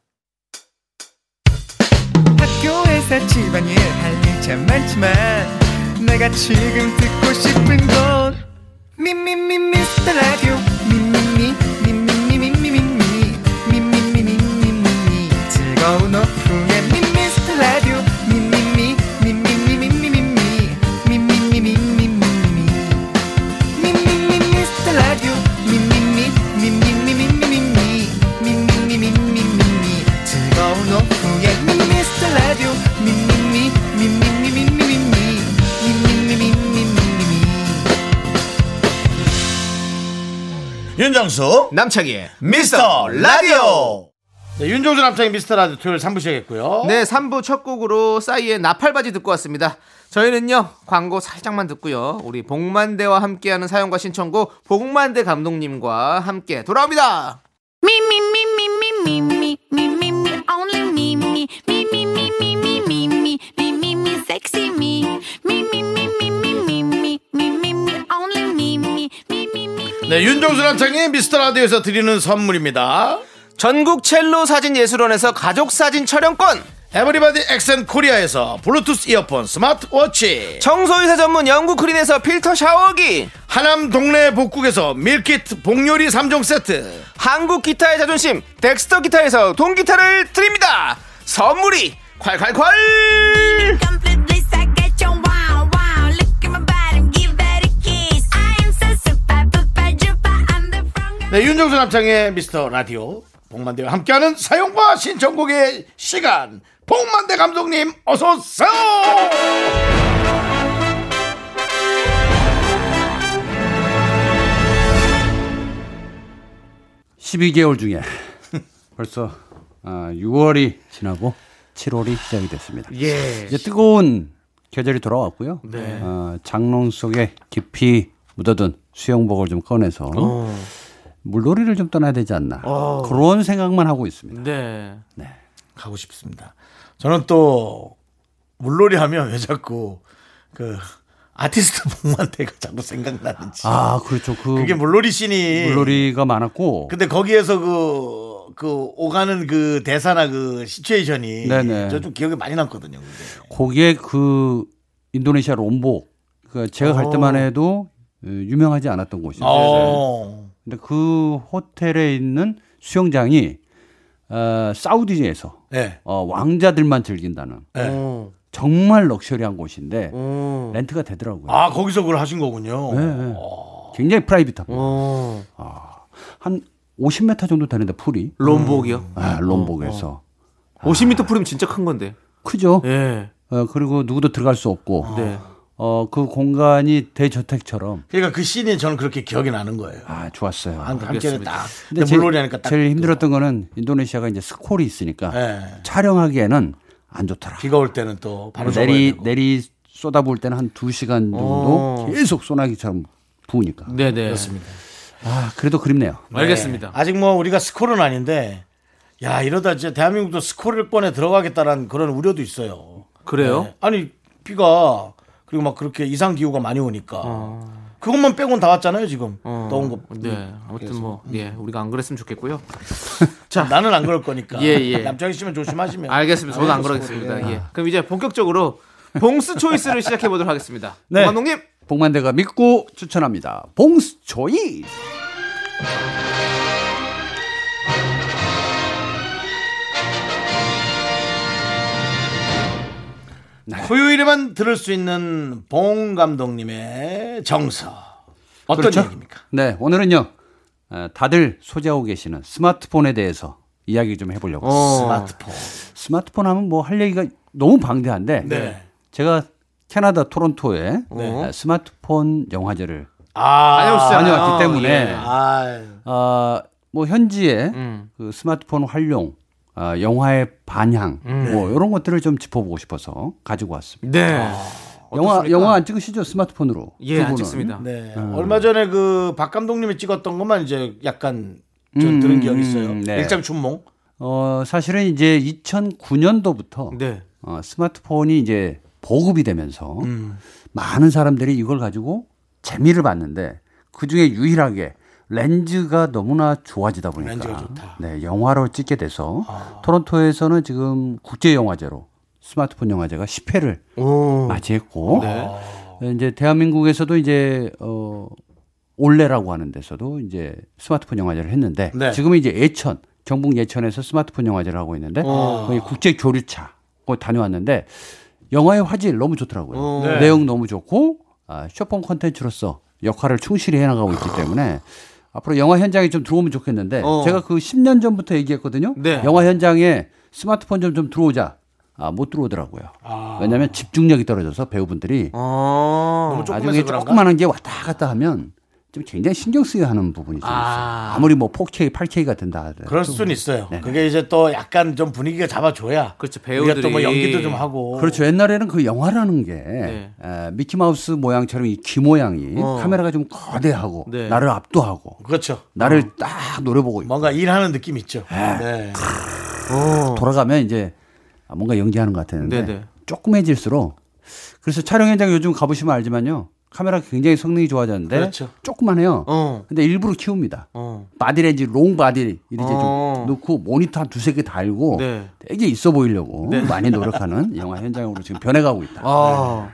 학교에서 집안일 할 일 참 많지만 내가 지금 듣고 싶은 건 미미미 미스터 라디오 미미미 미미미미미미 미미미미미미 즐거운 오후에 미스터 라디오 미미미 미미미미미미 미미미미미미 미미미 미스터 라디오 미미미 미미미미미미 미미미미미미 즐거운 오후에 미스터 라디오 미미미 미미미미미미 미미미미미미
윤정수
남창희의
미스터 라디오. 네, 윤정수 남창희 미스터 라디오 토요일 3부 시작했고요.
네, 3부 첫 곡으로 싸이의 나팔바지 듣고 왔습니다. 저희는요, 광고 살짝만 듣고요. 우리 복만대와 함께하는 사연과 신청곡, 복만대 감독님과 함께 돌아옵니다.
Me, me, me, me, me, me, me, me, me, me, only me, me, me, me, me, me, me, me, me, me, me, me, sexy me. Me, me, me, me, me, me, me, me, me, me, only me, me, me, me, me.
네, 윤정수 남창희 미스터 라디오에서 드리는 선물입니다.
전국 첼로 사진 예술원에서 가족 사진 촬영권,
에브리바디 엑센 코리아에서 블루투스 이어폰 스마트워치
청소이사 전문 영국 크린에서 필터 샤워기,
하남 동네 복국에서 밀키트 복요리 3종 세트
한국 기타의 자존심, 덱스터 기타에서 동기타를 드립니다. 선물이 콸콸콸!
Completely psycho, get your wow, wow. Look at my body, give that a kiss. I am so super, super, duper. I'm the front girl.
네, 윤정수 남창의 미스터 라디오 복만대와 함께하는 사용과 신청곡의 시간 복만대 감독님 어서 오세요
벌써 아, 6월이 지나고 7월이 시작이 됐습니다.
예.
이제 뜨거운 계절이 돌아왔고요. 아, 장롱 속에 깊이 묻어둔 수영복을 좀 꺼내서 물놀이를 좀 떠나야 되지 않나 그런 생각만 하고 있습니다.
네.
가고 싶습니다 저는 또 물놀이 하면 왜 자꾸 그 아티스트 복만대가 자꾸 생각나는지
아 그렇죠. 그 예.
그게 물놀이 씬이
물놀이가 많았고
근데 거기에서 그, 그 오가는 그 대사나 그 시츄에이션이
네네.
저 좀 기억에 많이 남거든요. 근데.
거기에 그 인도네시아 롬복 그 제가 갈 때만 해도 어, 유명하지 않았던 곳이었어요.
어.
근데 그 호텔에 있는 수영장이 어, 사우디에서
네.
어, 왕자들만 즐긴다는
어,
정말 럭셔리한 곳인데 렌트가 되더라고요.
음. 아, 거기서 그걸 하신 거군요.
네, 네. 굉장히
음.
프라이빗하고
어.
아, 한 50m 정도 되는데 풀이
음.
롬복이요?
아, 롬복에서
어,
50m 프림 진짜 큰 건데.
크죠.
예.
어, 그리고 누구도 들어갈 수 없고
아.
네.
어, 그 공간이 대저택처럼
그러니까 그 씬이 저는 그렇게 기억이 나는 거예요.
아 좋았어요.
한 한켠에 딱. 근데
근데
물놀이
제일-
하니까 딱.
제일 힘들었던 거는 인도네시아가 이제 스콜이 있으니까
예.
촬영하기에는 안 좋더라.
비가 올 때는 또 바로
내리 네.
내리 내
내리 쏟아부을 때는 한 두 시간
어.
정도 계속 소나기처럼 부으니까.
네네.
아 그래도 그립네요.
알겠습니다.
아직 뭐 우리가 스콜은 아닌데 야, 이러다 진짜 대한민국도 스콜을 꺼내 들어가겠다라는 그런 우려도 있어요.
그래요?
네. 아니 비가 그리고 막 그렇게 이상 기후가 많이 오니까 그것만 빼곤 다 왔잖아요 지금 더운 거.
네. 아무튼 뭐, 예. 우리가 안 그랬으면 좋겠고요.
나는 안 그럴 거니까.
예, 예.
남자이시면 조심하시면.
알겠습니다. 저도 안 그러겠습니다. 예. 그럼 이제 본격적으로 봉스 초이스를 시작해 보도록 하겠습니다.
네.
네. 감독님
복만대가 믿고 추천합니다. 봉스 초이.
토요일에만 들을 수 있는 봉 감독님의 정서 어떤
그렇죠?
얘기입니까?
네, 오늘은요. 어, 다들 소지하고 계시는 스마트폰에 대해서 이야기 좀 해보려고.
어. 스마트폰.
스마트폰 하면 뭐 할 얘기가 너무 방대한데
네.
제가 캐나다 토론토에 어, 스마트폰 영화제를
아,
다녀왔기 때문에
네.
아,
아, 뭐 현지의
음.
그 스마트폰 활용, 아, 영화의 반향,
음.
뭐 이런 것들을 좀 짚어보고 싶어서 가지고 왔습니다.
네.
영화 영화 안 찍으시죠 스마트폰으로?
예,
두
안
분은.
찍습니다.
네. 얼마 전에 그 박 감독님이 찍었던 것만 이제 약간 좀
음,
들은 기억이 있어요.
음, 네.
일장 춘몽.
어 사실은 이제 2009년도부터
네.
어, 스마트폰이 이제 보급이 되면서
음.
많은 사람들이 이걸 가지고 재미를 봤는데 그 중에 유일하게 렌즈가 너무나 좋아지다 보니까
렌즈가 좋다. 아.
네, 영화로 찍게 돼서 토론토에서는 지금 국제 영화제로 스마트폰 영화제가 10회를 맞이했고
네.
이제 대한민국에서도 이제 어 올레라고 하는 데서도 이제 스마트폰 영화제를 했는데
네.
지금은 이제 예천 경북 예천에서 스마트폰 영화제를 하고 있는데 거기 국제 교류차 거 다녀왔는데 영화의 화질 너무 좋더라고요.
네.
내용 너무 좋고 아, 쇼폰 콘텐츠로서 역할을 충실히 해나가고 있기 때문에 앞으로 영화 현장에 좀 들어오면 좋겠는데 제가 그 10년 전부터 얘기했거든요.
네.
영화 현장에 스마트폰 좀 좀 들어오자. 아, 못 들어오더라고요. 왜냐하면 집중력이 떨어져서 배우분들이
어.
나중에 조그만한 게 왔다 갔다 하면 좀 굉장히 신경 쓰여 하는 부분이 좀 있어요. 아무리 뭐 4K, 8K가 된다 하더라도.
그럴 수는 있어요. 그게 이제 또 약간 좀 분위기가 잡아줘야.
그렇죠,
우리가 또 뭐
배우들이.
연기도 좀 하고.
그렇죠. 옛날에는 그 영화라는 게 에, 미키마우스 모양처럼 이 귀 모양이 카메라가 좀 거대하고
네.
나를 압도하고
그렇죠.
나를 딱 노려보고 있고
뭔가 일하는 느낌 있죠.
아.
네.
어.
돌아가면 이제 아, 뭔가 연기하는 것 같았는데
네네.
조그매질수록 그래서 촬영 현장 요즘 가보시면 알지만요. 카메라가 굉장히 성능이 좋아졌는데
그렇죠.
조금만 해요.
어.
근데 일부러 키웁니다.
어.
바디렌즈, 롱바디 이렇게
어.
좀 넣고 모니터 한 두세 개 달고
네.
되게 있어 보이려고 많이 노력하는 영화 현장으로 지금 변해가고 있다.
아.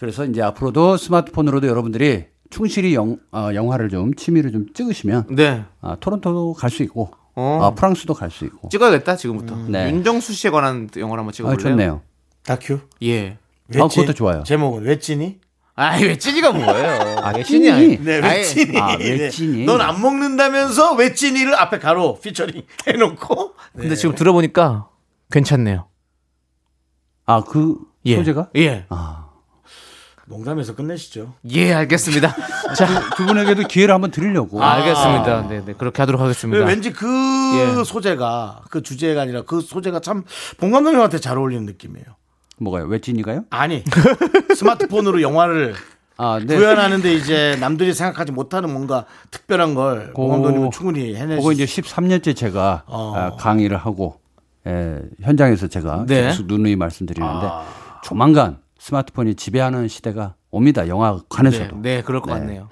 그래서 이제 앞으로도 스마트폰으로도 여러분들이 충실히 영, 어, 영화를 좀 취미로 좀 찍으시면
네.
아, 토론토도 갈 수 있고
어.
아, 프랑스도 갈 수 있고
찍어야겠다 지금부터.
네.
윤정수 씨에 관한 영화를 한번
아,
찍어볼래요?
좋네요.
다큐.
예.
아, 그것도 좋아요.
제목은 왜 찌니?
아이 왜 찐이가 뭐예요?
아,
왜 찐이야?
찐이?
네,
아예-
왜 찌니?
아, 왜 찌니?
네. 넌 안 먹는다면서 왜 찌니를 앞에 가로 피처링 해놓고. 네.
근데 지금 들어보니까 괜찮네요.
아, 그
예.
소재가? 아.
예.
농담해서 끝내시죠.
예, 알겠습니다. 자,
두 분에게도 기회를 한번 드리려고.
알겠습니다. 네, 네. 그렇게 하도록 하겠습니다.
왠지 그
예.
소재가 그 주제가 아니라 그 소재가 참봉 감독님한테 잘 어울리는 느낌이에요.
뭐가요? 왜 찐이가요?
아니 스마트폰으로 영화를
아, 네.
구현하는데 이제 남들이 생각하지 못하는 뭔가 특별한 걸
고-
공감독님은 충분히
그거 이제
해내시
13년째 제가
어.
아, 강의를 하고 에, 현장에서 제가
네.
계속 누누이 말씀드리는데 조만간 스마트폰이 지배하는 시대가 옵니다.
네,
영화관에서도
네, 그럴 것 같네요.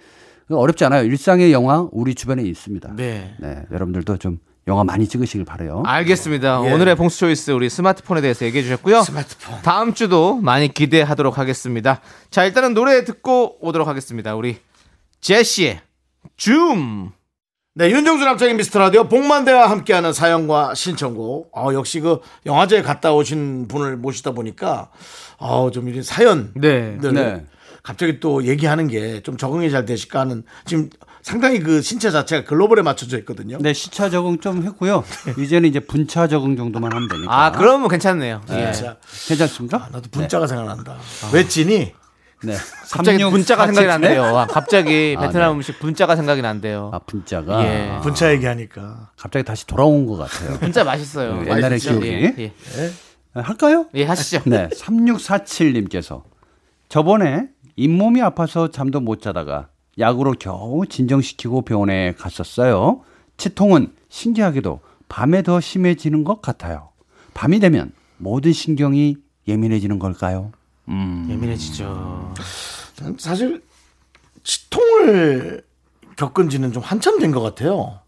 어렵지 않아요. 일상의 영화 우리 주변에 있습니다.
네. 아,
네, 여러분들도 좀 영화 많이 찍으시길 바래요.
알겠습니다. 오늘의 봉수 초이스 우리 예. 스마트폰에 대해서 얘기해 주셨고요.
스마트폰.
다음 주도 많이 기대하도록 하겠습니다. 자, 일단은 노래 듣고 오도록 하겠습니다. 우리 제시의 줌.
네, 윤정수 남창인 미스터 라디오 복만대와 함께하는 사연과 신청곡. 어, 역시 그 영화제에 갔다 오신 분을 모시다 보니까 어, 좀 이런 사연
네.
들
네.
갑자기 또 얘기하는 게 좀 적응이 잘 되실까 하는 지금 상당히 그 신체 자체가 글로벌에 맞춰져 있거든요.
네, 시차 적응 좀 했고요. 이제는 이제 분차 적응 정도만 하면 되니까.
아, 그러면 괜찮네요. 예.
자,
괜찮습니까?
아, 나도 분자가
네.
생각난다.
아.
왜 찌니?
네.
갑자기
36
분자가 생각이
사칠-
난대요. 와, 갑자기
아,
베트남 음식 분자가 생각이 난대요.
아, 분자가
예.
아,
분자 얘기하니까.
갑자기 다시 돌아온 것 같아요.
분자 맛있어요.
네, 옛날의
맛있죠?
기억이.
예, 예.
아, 할까요?
예, 하시죠.
네, 3647님께서 저번에 잇몸이 아파서 잠도 못 자다가 약으로 겨우 진정시키고 병원에 갔었어요. 치통은 신기하게도 밤에 더 심해지는 것 같아요. 밤이 되면 모든 신경이 예민해지는 걸까요?
음. 예민해지죠.
난 사실 치통을 겪은 지는 좀 한참 된 것 같아요.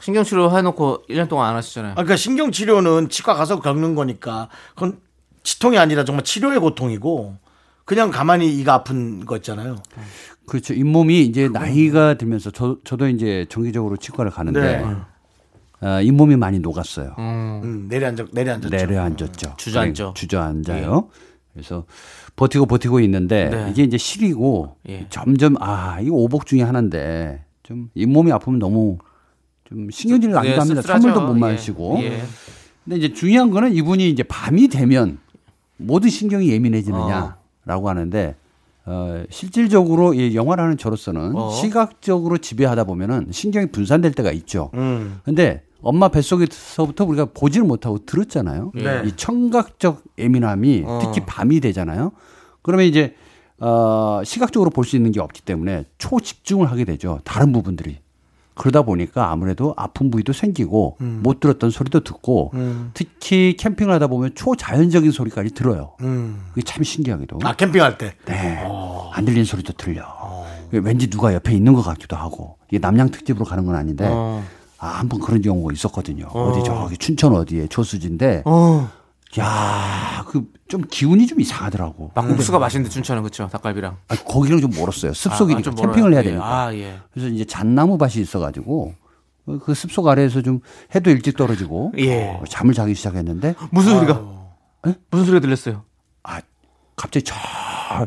신경치료 해놓고 1년 동안 안 하시잖아요.
아, 그러니까 신경치료는 치과 가서 겪는 거니까 그건 치통이 아니라 정말 치료의 고통이고 그냥 가만히 이가 아픈 거 있잖아요.
그렇죠. 잇몸이 이제 나이가 들면서 저, 저도 이제 정기적으로 치과를 가는데 어, 잇몸이 많이 녹았어요.
음, 내려앉아 내려앉았죠.
네.
내려앉았죠.
그렇죠. 음. 주저앉죠. 예.
그래, 주저앉아요. 그래서 버티고 버티고 있는데 이게 이제 시리고
네. 예.
점점 아, 이 오복 중에 하나인데 좀 잇몸이 아프면 너무 좀 신경질 나기도
네,
합니다.
씁쓸하죠.
선물도 못
예.
마시고. 음.
예.
근데 이제 중요한 거는 이분이 이제 밤이 되면 모든 신경이 예민해지느냐라고 하는데 어, 실질적으로 이 영화를 하는 저로서는 시각적으로 지배하다 보면은 신경이 분산될 때가 있죠. 근데 엄마 뱃속에서부터 우리가 보지를 못하고 들었잖아요. 이 청각적 예민함이 특히 밤이 되잖아요. 그러면 이제 어, 시각적으로 볼 수 있는 게 없기 때문에 초집중을 하게 되죠. 다른 부분들이. 그러다 보니까 아무래도 아픈 부위도 생기고 못 들었던 소리도 듣고 특히 캠핑을 하다 보면 초자연적인 소리까지 들어요. 그게 참 신기하게도
아 캠핑할 때.
네.
어.
안 들리는 소리도 들려. 왠지 누가 옆에 있는 것 같기도 하고 이게 남양 특집으로 가는 건 아닌데
어.
아, 한 번 그런 경우가 있었거든요. 어. 디 저기 춘천 어디에 조수지인데 야, 그 좀 기운이 좀 이상하더라고.
막국수가 맛있는데 춘천은 그쵸 닭갈비랑
아, 거기랑 좀 멀었어요.
아,
숲속이니까 그
좀 멀어요.
캠핑을 해야
예.
되니까.
아 예.
그래서 이제 잣나무 밭이 있어가지고 어, 그 습속 아래에서 좀 해도 일찍 떨어지고
예.
어, 잠을 자기 시작했는데
무슨 소리가? 예? 무슨 소리가 들렸어요?
아 갑자기 저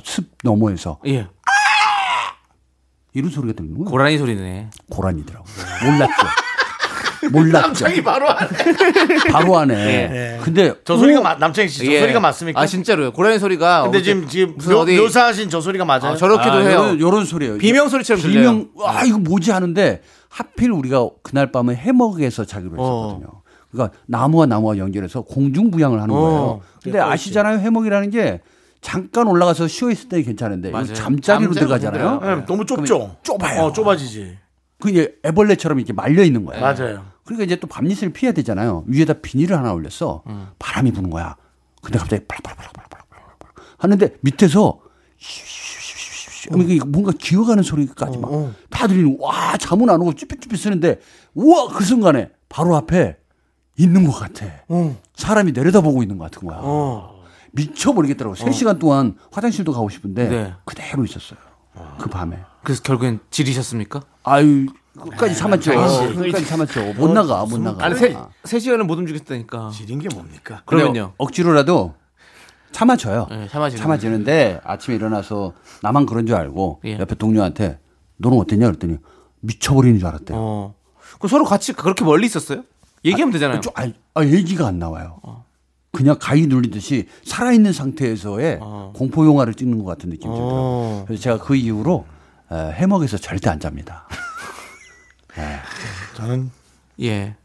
숲 너머에서
예.
이런 소리가 들리는 거예요.
고라니 소리네.
고란이더라고. 몰랐죠. 몰랐죠.
바로
바로 하네. 근데
저 소리가 맞- 남창희 씨저
예.
소리가 맞습니까?
아 진짜로요. 고라니 소리가.
근데
어떻게-
지금 지금
무슨
묘,
어디
묘사하신 저 소리가 맞아요.
아, 저렇게도
아,
해요.
요런, 요런 소리예요.
비명 소리처럼 들려요.
비명 아 이거 뭐지 하는데 하필 우리가 그날 밤에 해먹에서 자기로
어.
했었거든요. 그러니까 나무와 나무와 연결해서 공중 부양을
어.
하는 거예요.
네,
근데 아시잖아요 해먹이라는 게 잠깐 올라가서 쉬어 있을 때 괜찮은데 이거
맞아요. 잠자리로
잠자리로 들어가잖아요.
힘들어요.
네, 너무 좁죠.
그러니까.
좁아요.
어, 좁아지지.
그 이제 애벌레처럼 이렇게 말려 있는 거예요.
맞아요.
그러니까 이제 또 밤낮을 피해야 되잖아요. 위에다 비닐을 하나 올렸어. 바람이 부는 거야. 근데 갑자기 팔락팔락팔락팔락 하는데 밑에서 슈슈슈슈슈 하면 이게 뭔가 기어가는 소리까지 막 다 들리는 거야. 와 잠은 안 오고 쭈뼛쭈뼛 쓰는데 우와 그 순간에 바로 앞에 있는 것 같아. 어. 사람이 내려다보고 있는 것 같은 거야. 어. 미쳐버리겠더라고. 세 3시간 동안 화장실도 가고 싶은데
네.
그대로 있었어요. 그 밤에.
그래서 결국엔 지리셨습니까?
아유 끝까지 참았죠. 끝까지 참았죠. 못 나가 못 나가.
아니 세, 세 시간을 못 움직였다니까.
이런 게 뭡니까?
그러면요.
억지로라도 참아줘요.
네, 참아지는
참아지는데 아침에 일어나서 나만 그런 줄 알고
예.
옆에 동료한테 너는 어땠냐 그랬더니 미쳐버리는 줄 알았대요.
어. 그 서로 같이 그렇게 멀리 있었어요? 얘기하면 되잖아요. 어.
좀, 아, 아, 얘기가 안 나와요. 그냥 가위 눌리듯이 살아있는 상태에서의
어.
공포 영화를 찍는 것 같은 느낌이 들어요. 그래서 제가 그 이후로 에, 해먹에서 절대 안 잡니다.
저는
예.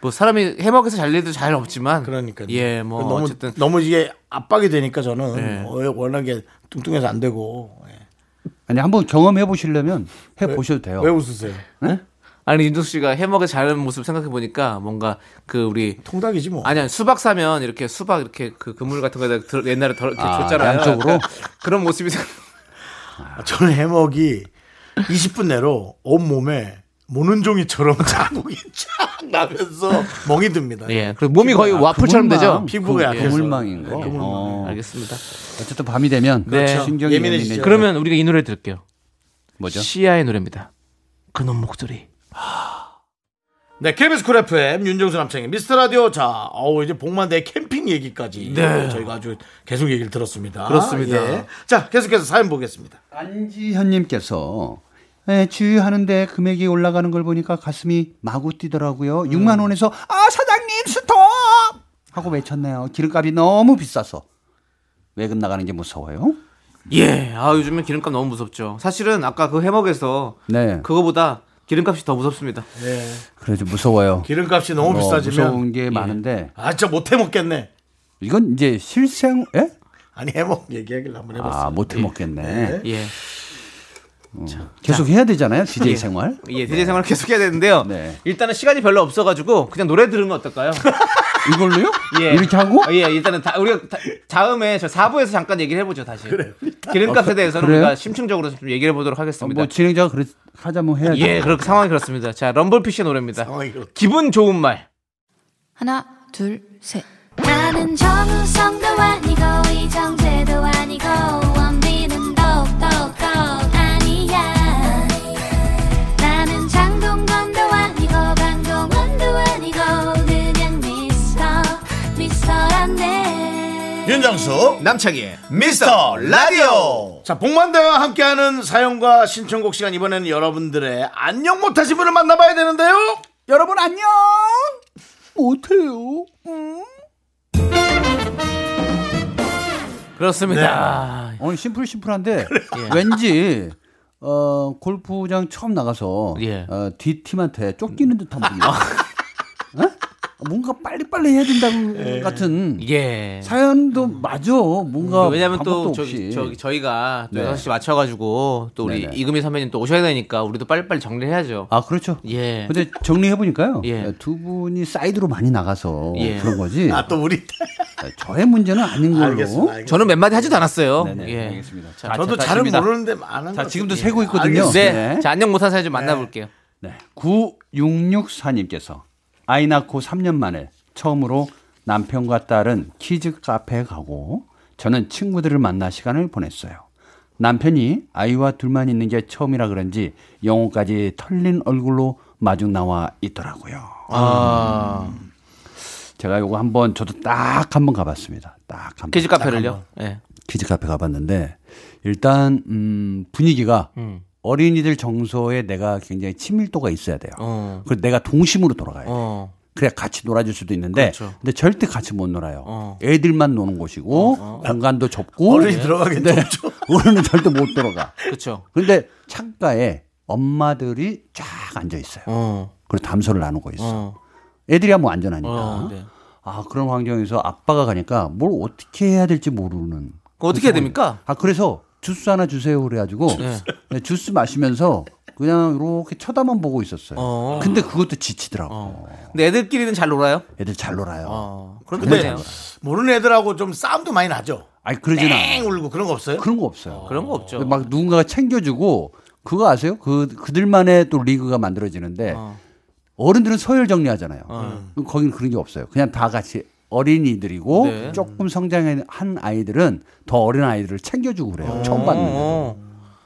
뭐 사람이 해먹에서 잘 일도 잘 없지만
그러니까
예, 뭐
너무
어쨌든
너무 이게 압박이 되니까 저는
예.
어, 워낙에 뚱뚱해서 안 되고 예.
아니 한번 경험해 보시려면 해 보셔도
어.
돼요. 그
왜 웃으세요?
아니 윤정수 씨가 해먹에서 잘하는 모습 생각해 보니까 뭔가 그 우리
통닭이지 뭐.
아니야 수박 사면 이렇게 수박 이렇게 그 그물 같은 거에다 들- 옛날에 덜 이렇게
아,
줬잖아요.
양쪽으로?
그러니까 그런 모습이 생-
아, 저는 해먹이 20분 내로 온 몸에 모눈종이처럼 자국이 쫙 나면서 멍이 듭니다.
예. 그리고 몸이 거의 와플처럼 되죠.
그물망,
피부가
그-
약해서.
그물망인 거.
예.
어.
알겠습니다.
어쨌든 밤이 되면
네.
신경이
예민해지죠.
예민해지죠.
그러면 우리가 이 노래 들을게요.
뭐죠?
시아의 노래입니다. 그놈 목소리.
네, KBS 쿨 FM 윤정수 남창의 미스터 라디오 자, 어우 이제 복만 대 캠핑 얘기까지 저희가 아주 계속 얘기를 들었습니다. 예.
그렇습니다.
자, 계속해서 사연 보겠습니다.
안지현님께서 예, 주유하는데 금액이 올라가는 걸 보니까 가슴이 마구 뛰더라고요.
음.
6만 원에서 아 사장님 스톱 하고 외쳤네요. 기름값이 너무 비싸서 외근 나가는 게 무서워요.
예. 아 요즘에 기름값 너무 무섭죠. 사실은 아까 그 해먹에서
네,
그거보다 기름값이 더 무섭습니다.
그래도 무서워요.
기름값이 너무
뭐
비싸지면
무서운 게 많은데
아, 진짜 못 해먹겠네.
이건 이제 실생 예?
아니 해먹 얘기하기를 한번 해봤어요.
아 못해 먹겠네.
예.
계속 해야 되잖아요. DJ 생활.
예, DJ 생활 계속 해야 되는데요.
네.
일단은 시간이 별로 없어 가지고 그냥 노래 들으면 어떨까요?
이걸로요?
예.
이렇게 하고?
아, 예, 일단은 다, 우리가 다, 다음에 저 4부에서 잠깐 얘기를 해보죠, 다시. 그래. 기름값에 대해서는
어, 그래요?
우리가 심층적으로 좀 얘기를 해보도록 하겠습니다.
뭐 진행자가 그래 하자면 뭐 해야죠.
예, 그렇게 상황이 그렇습니다. 자, 럼블피쉬의 노래입니다.
상황이 그렇다.
기분 좋은 말.
하나, 둘, 셋.
난 나는 정우성도 아니고 이정재도 아니고 원빈은 더욱더 아니야 나는 장동건도 아니고 강동원도 아니고 그냥 미스터 미스터란데
윤정수
남창희의
미스터 라디오 자 복만대와 함께하는 사연과 신청곡 시간 이번에는 여러분들의 안녕 못하신 분을 만나봐야 되는데요
여러분 안녕.
못해요.
그렇습니다.
오늘 심플 심플한데
예.
왠지 어 골프장 처음 나가서
예. 아.
어, 뒷 팀한테 쫓기는 듯한 분위기. 어? 뭔가 빨리빨리 해야 된다고 같은
예. 음,
사연도 맞아. 뭔가
왜냐면 또
방법도
저기,
없이.
저기 저희가 또
네.
6시 맞춰가지고 또 우리
네네.
이금희 선배님 또 오셔야 되니까 우리도 빨리빨리 정리해야죠.
아 그렇죠.
예.
근데 정리해 보니까요. 어,
예.
두 분이 사이드로 많이 나가서
예.
그런 거지. 어,
아 또 우리
저의 문제는 아닌 걸로.
알겠습니다, 알겠습니다.
저는 몇 마디 하지도 않았어요.
네네,
예.
알겠습니다.
자,
저도
자,
잘은
좋습니다.
모르는데 많은
자
것
지금도
같아요.
세고 있거든요.
네. 자, 안녕 못한 사연 좀 만나볼게요.
네. 9664님께서 아이 낳고 3년 만에 처음으로 남편과 딸은 키즈 카페에 가고 저는 친구들을 만나 시간을 보냈어요. 남편이 아이와 둘만 있는 게 처음이라 그런지 영혼까지 털린 얼굴로 마중 나와 있더라고요. 음. 제가 요거 한번 저도 딱 한번 가봤습니다. 딱 한번.
키즈 카페를요. 예.
키즈 카페 가봤는데 일단 음, 분위기가 어린이들 정서에 내가 굉장히 친밀도가 있어야 돼요.
어.
그리고 내가 동심으로 돌아가야 돼. 요
어.
그래야 같이 놀아줄 수도 있는데,
그렇죠.
근데 절대 같이 못 놀아요.
어.
애들만 노는 곳이고 공간도 좁고
어른이 들어가긴
네.
좁죠.
어른은 절대 못 들어가.
그렇죠.
근데 창가에 엄마들이 쫙 앉아 있어요.
어.
그리고 담소를 나누고 있어.
어.
애들이야 뭐 안전하니까.
어, 네.
아 그런 환경에서 아빠가 가니까 뭘 어떻게 해야 될지 모르는.
그거 어떻게 해야 됩니까?
아 그래서 주스 하나 주세요 그래가지고 네, 주스 마시면서 그냥 이렇게 쳐다만 보고 있었어요.
어.
근데 그것도 지치더라고. 어.
근데 애들끼리는 잘 놀아요.
애들 잘 놀아요.
어. 그런
근데
거네요.
모르는 애들하고 좀 싸움도 많이 나죠
아니 그러진
땡
않아.
울고 그런 거 없어요
그런 거 없어요.
그런 거 없죠.
막 누군가가 챙겨주고 그거 아세요? 그 그들만의 또 리그가 만들어지는데
어.
어른들은 서열 정리하잖아요. 그럼 거기는 그런 게 없어요. 그냥 다 같이 어린이들이고
네.
조금 성장한 아이들은 더 어린 아이들을 챙겨주고 그래요. 처음 받는 애들. 어.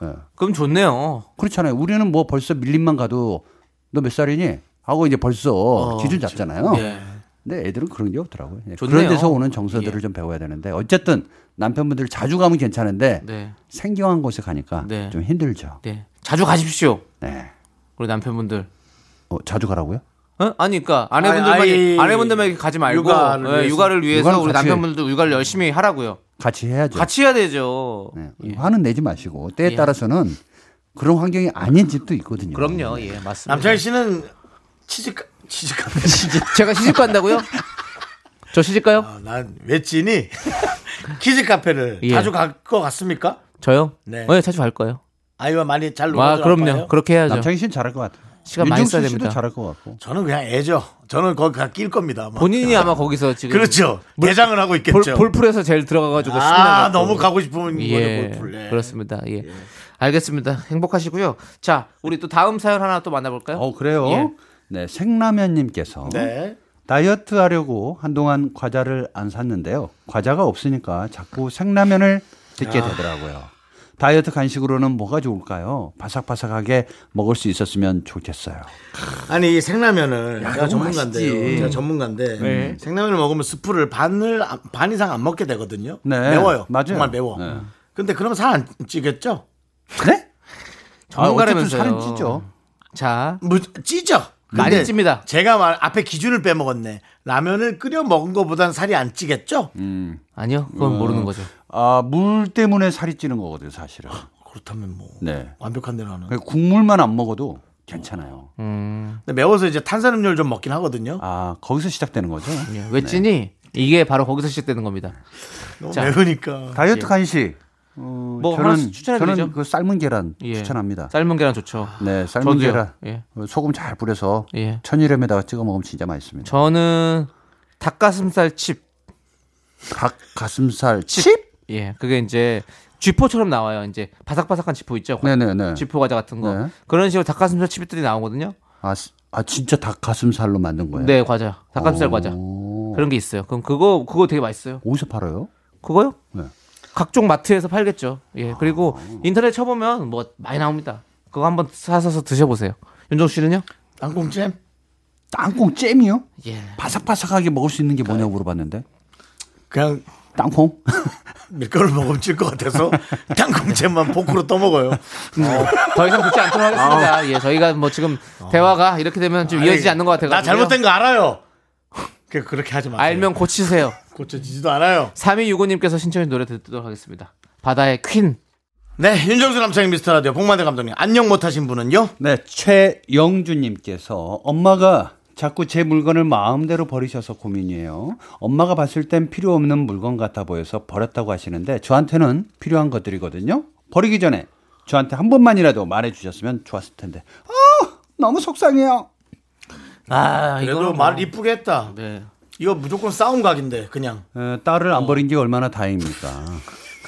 어. 그럼 좋네요.
그렇잖아요. 우리는 뭐 벌써 밀림만 가도 너 몇 살이니? 하고 이제 벌써 기준 잡잖아요.
어, 예.
근데 애들은 그런 게 없더라고요. 예,
좋네요.
그런 데서 오는 정서들을
예.
좀 배워야 되는데 어쨌든 남편분들 자주 가면 괜찮은데
네.
생경한 곳에 가니까
네.
좀 힘들죠.
네. 자주 가십시오.
네.
우리 남편분들.
어, 자주 가라고요?
어? 아니, 그니까, 아내분들만,
아이, 아이,
아내분들만 가지 말고,
육아를
예,
위해서.
육아를 위해서
육아는
우리
같이
남편분들도 육아를 열심히 하라고요.
같이 해야죠.
같이 해야 되죠.
네. 화는 내지 마시고 때에
예.
따라서는 그런 환경이 아닌 집도 있거든요.
그럼요, 예, 맞습니다.
남창희 씨는 치즈 카- 치즈 카페
제가 시집 간다고요? 저 시집 가요?
아, 난 외진이 키즈 카페를
예.
자주 갈 것 같습니까?
저요?
네.
어, 예, 자주 갈 거예요.
아이와 많이 잘
아,
놀아줘요.
그럼요. 그렇게 해야죠.
남창희 씨는 잘할 것 같아요.
시간 많이
윤종신
써야
씨도
됩니다.
잘할 것 같고.
저는 그냥 애죠. 저는 거기 가낄 겁니다. 아마.
본인이 아마 거기서 지금
그렇죠. 대장을 하고
볼,
있겠죠.
볼풀에서 제일 들어가가지고
아
신나갖고.
너무 가고 싶은
예,
거죠 볼풀. 예.
그렇습니다. 예. 알겠습니다. 행복하시고요. 자, 우리 또 다음 사연 하나 또 만나볼까요?
어 그래요?
예.
네 생라면님께서
네.
다이어트 하려고 한동안 과자를 안 샀는데요. 과자가 없으니까 자꾸 생라면을 듣게
아.
되더라고요. 다이어트 간식으로는 뭐가 좋을까요? 바삭바삭하게 먹을 수 있었으면 좋겠어요.
아니 이 생라면을 제가
너무
전문가인데요.
맛있지.
제가 전문가인데
네.
생라면을 먹으면 스프를 반을 안- 반 이상 안 먹게 되거든요.
네.
매워요.
맞아요.
정말 매워.
네.
근데 그러면 살 안 찌겠죠?
네?
아, 전문가라면서요.
살은 찌죠.
자,
무, 찢어. 뭐, 근데
많이 찝니다.
제가 말 앞에 기준을 빼먹었네. 라면을 끓여 먹은 것보단 살이 안 찌겠죠?
음. 아니요,
어.
그건 모르는 거죠.
아, 물 때문에 살이 찌는 거거든요, 사실은.
그렇다면 뭐
네.
완벽한 대로 하는.
그러니까 국물만 안 먹어도 괜찮아요.
음.
근데 매워서 이제 탄산음료를 좀 먹긴 하거든요.
아, 거기서 시작되는 거죠.
예,
네.
왜 찌니? 이게 바로 거기서 시작되는 겁니다.
너무
자.
매우니까.
다이어트 간식. 어,
예. 뭐 하나씩 추천해드리죠.
저는 그 삶은 계란
예.
추천합니다.
삶은 계란 좋죠.
네, 삶은
저도요.
계란.
예.
어, 소금 잘 뿌려서
예.
천일염에다가 찍어 먹으면 진짜 맛있습니다.
저는 닭가슴살 칩.
닭 가슴살 칩.
예, 그게 이제 쥐포처럼 나와요. 이제 바삭바삭한 쥐포 있죠.
네네네.
쥐포 과자 같은 거.
네.
그런 식으로 닭가슴살 칩들이 나오거든요.
아, 스- 아 진짜 닭 가슴살로 만든 거예요.
네, 과자. 닭가슴살
오.
과자. 그런 게 있어요. 그럼 그거 그거 되게 맛있어요.
어디서 팔아요?
그거요?
네. 아.
각종 마트에서 팔겠죠. 예. 그리고 인터넷 쳐보면 뭐 많이 나옵니다. 그거 한번 사서 드셔보세요. 윤정 씨는요?
땅콩잼?
땅콩 잼이요?
예.
바삭바삭하게 먹을 수 있는 게 뭐냐고 물어봤는데
그냥
땅콩?
밀가루 먹으면 찔 것 같아서 땅콩잼만 포크로 떠먹어요.
더 이상 듣지 않도록 하겠습니다.
아.
예. 저희가 뭐 지금 대화가 이렇게 되면 좀 이어지지 않는 것 같아요.
어. 나 잘못된 거 알아요. 그- 그렇게 하지 마세요.
알면 고치세요.
고쳐지지도 않아요.
3265님께서 신청해 노래 듣도록 하겠습니다. 바다의 퀸.
네, 윤정수 남창인 미스터 라디오 복만대 감독님 안녕 못하신
아,
분은요?
네, 최영주님께서 엄마가 자꾸 제 물건을 마음대로 버리셔서 고민이에요. 엄마가 봤을 땐 필요 없는 물건 같아 보여서 버렸다고 하시는데 저한테는 필요한 것들이거든요. 버리기 전에 저한테 한 번만이라도 말해주셨으면 좋았을 텐데. 아, 너무 속상해요.
아,
그래도 말 이쁘게 했다.
네.
이거 무조건 싸움 각인데 그냥
에, 어, 딸을
어.
안 버린 게 얼마나 다행입니까?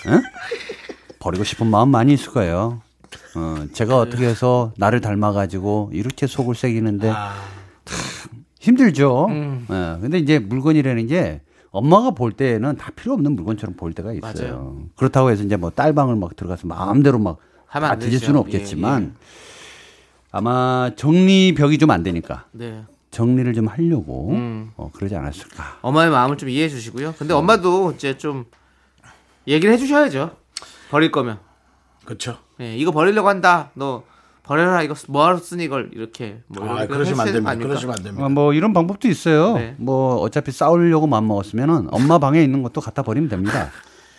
에? 버리고 싶은 마음 많이 있을 거예요. 어,
네.
제가 어떻게 해서 나를 닮아가지고 이렇게 속을 새기는데
아.
참 힘들죠.
음.
예, 근데 이제 물건이라는 게 엄마가 볼 때는 다 필요 없는 물건처럼 보일 때가 있어요. 그렇다고 해서 이제 뭐 딸방을 막 들어가서 마음대로 막
하면
다
안
뒤질
되죠.
수는
예,
없겠지만 아마 정리벽이 좀 안 되니까
네.
정리를 좀 하려고
음.
어, 그러지 않았을까.
엄마의 마음을 좀 이해해 주시고요. 근데 엄마도 이제 좀 얘기를 해 주셔야죠. 버릴 거면.
그렇죠.
예, 이거 버리려고 한다. 너 버려라. 이거 뭐하러 쓰니 이걸 이렇게 뭐
아,
이렇게
그러시면 안
하셔야 되는 거
됩니다.
아닙니까?
그러시면 안 됩니다.
아, 뭐 이런 방법도 있어요.
네.
뭐 어차피 싸우려고 마음 먹었으면은 엄마 방에 있는 것도 갖다 버리면 됩니다.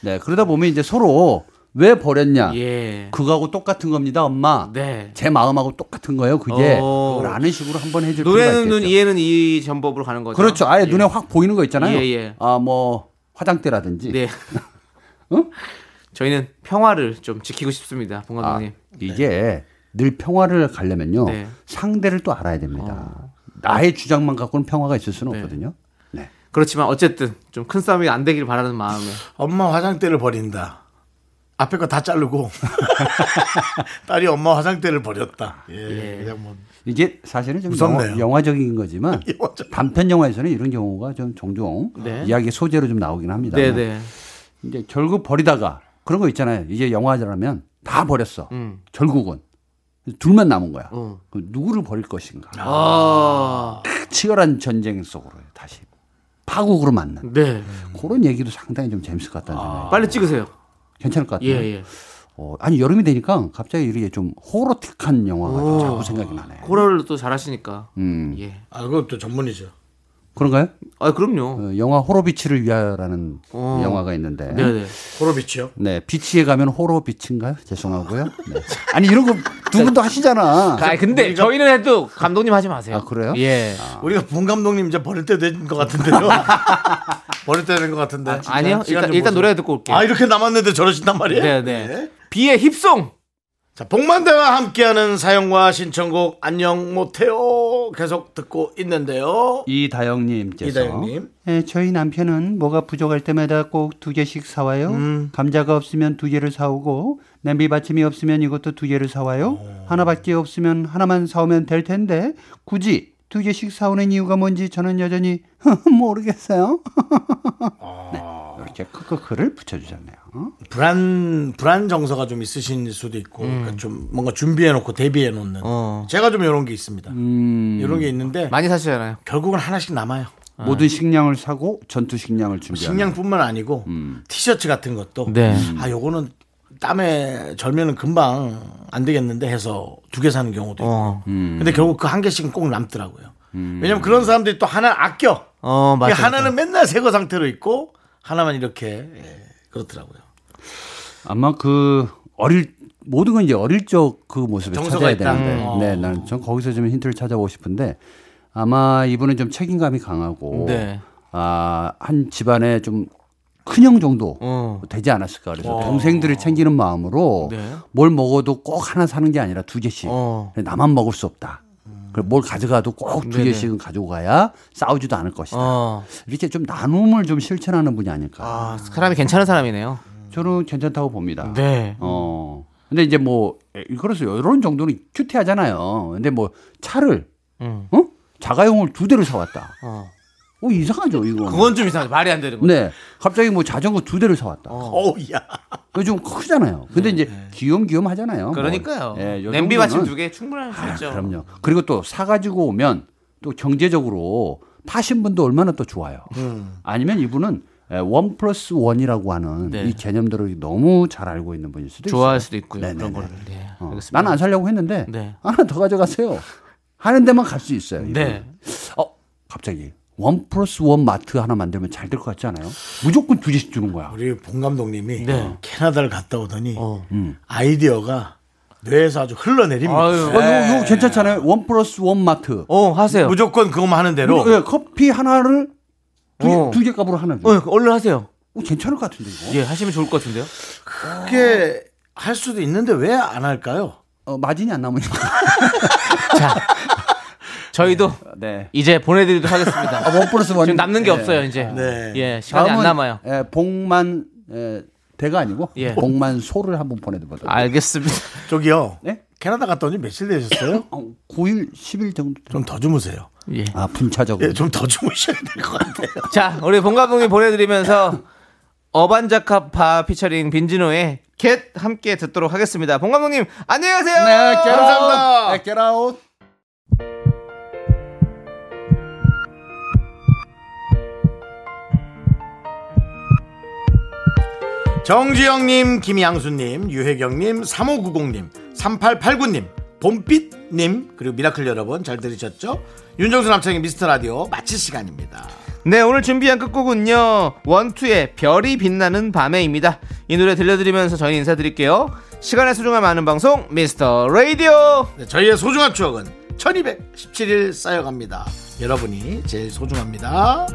네 그러다 보면 이제 서로 왜 버렸냐
예.
그거하고 똑같은 겁니다, 엄마.
네.
제 마음하고 똑같은 거예요, 그게.
어.
라는 식으로 한번 해줄 필요가
노래는
있겠죠.
눈, 이해는 이 전법으로 가는 거죠.
그렇죠. 아예
예.
눈에 확 보이는 거 있잖아요.
예, 예.
아 뭐 화장대라든지.
네.
어?
저희는 평화를 좀 지키고 싶습니다, 봉
아,
감독님.
이게 늘 평화를 가려면요
네. 어.
상대를 또 알아야 됩니다. 나의 주장만 갖고는 평화가 있을 수는
네.
없거든요. 네.
그렇지만 어쨌든 좀 큰 싸움이 안 되길 바라는 마음에
엄마 화장대를 버린다. 앞에 거 다 자르고 딸이 엄마 화장대를 버렸다. 예, 그냥 뭐
이게 사실은 좀
무섭네요. 예.
영화, 적 인 거지만
영화적.
단편 영화에서는 이런 경우가 좀 종종
네.
이야기 소재로 좀 나오긴 합니다.
네네.
이제 결국 버리다가 그런 거 있잖아요. 이제 영화라면 다 버렸어.
음.
결국은 둘만 남은 거야.
어.
그 누구를 버릴 것인가? 그
아,
치열한 전쟁 속으로 다시 파국으로 만난
네.
그런 얘기도 상당히 좀 재밌을 것 같다는
아.
생각이
빨리 찍으세요.
괜찮을 것 같아요.
아. 예,
네.
예.
어, 아니 여름이 되니까 갑자기 이렇게 좀 호러틱한 영화가 좀 자꾸 생각이 나네.
호러를 또 잘하시니까.
음.
예.
아, 그것도 전문이죠.
그런가요?
아, 그럼요.
어, 영화 호러비치를 위하여라는
어.
영화가 있는데
네네.
호로비치요.
네, 비치에 가면 호러 비치인가요? 죄송하고요. 네. 아니 이런 거 두 분도 하시잖아.
아, 근데 저희는 해도 감독님 하지 마세요.
아, 그래요?
예.
우리가 봉 감독님 이제 버릴 때 된 것 같은데요. 버릴 때 된 것 같은데.
아, 니요 일단,
시간 좀
일단
보세요.
노래 듣고 올게요.
아 이렇게 남았는데 저러신단 말이에요?
네네.
네.
비의 힙송!
자, 복만대와 함께하는 사연과 신청곡 안녕 못해요 계속 듣고 있는데요.
이다영님께서
이다영님.
예, 저희 남편은 뭐가 부족할 때마다 꼭 두 개씩 사와요. 감자가 없으면 두 개를 사오고 냄비 받침이 없으면 이것도 두 개를 사와요. 하나밖에 없으면 하나만 사오면 될 텐데 굳이 두 개씩 사오는 이유가 뭔지 저는 여전히 모르겠어요. 네, 이렇게 크크크를 붙여주셨네요.
불안 불안 정서가 좀 있으신 수도 있고 그러니까 좀 뭔가 준비해 놓고 대비해 놓는
음. 어. 음.
제가 좀 이런 게 있습니다.
음.
이런 게 있는데
많이 사시잖아요.
결국은 하나씩 남아요.
모든 식량을 사고 전투 식량을 준비하는.
식량뿐만 아니고 티셔츠 같은 것도
네.
아 요거는 땀에 절면은 금방 안 되겠는데 해서 두 개 사는 경우도 있고
어.
근데 결국 그 한 개씩은 꼭 남더라고요. 왜냐면 그런 사람들이 또 하나 를 아껴.
어, 맞아요.
하나는 맨날 새거 상태로 있고 하나만 이렇게 예, 그렇더라고요.
아마 그 어릴 모든 건 이제 어릴 적 그 모습을
정서가
찾아야
있다.
되는데,
음.
네, 나는 전 거기서 좀 힌트를 찾아보고 싶은데 아마 이분은 좀 책임감이 강하고,
네.
아, 한 집안에 좀 큰형 정도
어.
되지 않았을까 그래서 동생들을 챙기는 마음으로
네.
뭘 먹어도 꼭 하나 사는 게 아니라 두 개씩
어.
나만 먹을 수 없다. 그리고 뭘 가져가도 꼭 두
네네.
개씩은 가지고 가야 싸우지도 않을 것이다.
어.
이렇게 좀 나눔을 좀 실천하는 분이 아닐까.
아, 사람이 괜찮은 사람이네요.
저는 괜찮다고 봅니다.
네.
어. 근데 이제 뭐 그래서 이런 정도는 큐티하잖아요. 근데 뭐 차를
음.
어? 자가용을 두 대를 사왔다.
어.
어, 이상하죠, 이거.
그건 좀 이상하죠. 말이 안 되는 거예요.
네. 갑자기 뭐 자전거 두 대를 사왔다.
어우, 야.
그거 좀 크잖아요. 근데 이제 귀염귀염 하잖아요.
네, 그러니까요.
뭐, 예, 요
냄비
정도는-
받침 두 개 충분할 수
아,
있죠.
그럼요. 그리고 또 사가지고 오면 또 경제적으로 파신 분도 얼마나 또 좋아요. 아니면 이분은 에, 원 플러스 원이라고 하는
음. 네.
이 개념들을 너무 잘 알고 있는 분일 수도
좋아할
있어요.
수도 있고요.
네,
그런
네,
거를. 네.
어,
알겠습니다.
나는 안 살려고 했는데
네.
하나 더 가져가세요. 하는 데만 갈 수 있어요. 이분은.
네.
어, 갑자기 원 플러스 원 마트 하나 만들면 잘 될 것 같지 않아요? 무조건 두 개씩 주는 거야. 어,
우리 봉 감독님이
네. 어.
캐나다를 갔다 오더니 아이디어가 뇌에서 아주 흘러내립니다.
어, 이거, 이거 괜찮잖아요. 원 플러스 원 마트.
네. 어, 하세요.
무조건 그것만 하는 대로
네.
예, 커피 하나를 두, 개-
어.
두개 값으로 하나.
어,
어.
얼른 하세요.
어, 괜찮을 것 같은데 이거.
예, 하시면 좋을 것 같은데요.
그렇게 할 수도 있는데 왜 안 할까요?
어, 마진이 안 남으니까.
저희도
네.
이제 보내드리도록 하겠습니다.
아, 원 플러스 원.
지금 남는 게 없어요, 이제.
네.
예, 시간이 안 남아요.
예, 복만 예, 대가 아니고
예.
복만 소를 한번 보내드려도. 아,
알겠습니다.
저기요.
네?
캐나다 갔다 온 지 며칠 되셨어요?
9일, 10일 정도. 좀,
좀 더 주무세요.
예.
아 분차적으로.
예, 좀 더 주무셔야 될 것 같아요.
자, 우리 봉 감독님 보내드리면서 어반자카파 피처링 빈지노의 겟 함께 듣도록 하겠습니다. 봉 감독님, 안녕히 가세요.
네, get out.
아,
감사합니다.
네, get out.
정지영님, 김양수님, 유혜경님, 3590님, 3889님, 봄빛님, 그리고 미라클 여러분 잘 들으셨죠? 윤정수 남창의 미스터 라디오 마칠 시간입니다.
네, 오늘 준비한 끝곡은요. 원투의 별이 빛나는 밤에입니다. 이 노래 들려드리면서 저희 인사드릴게요. 시간의 소중함 아는 방송 미스터 라디오.
네, 저희의 소중한 추억은 1217일 쌓여갑니다. 여러분이 제일 소중합니다.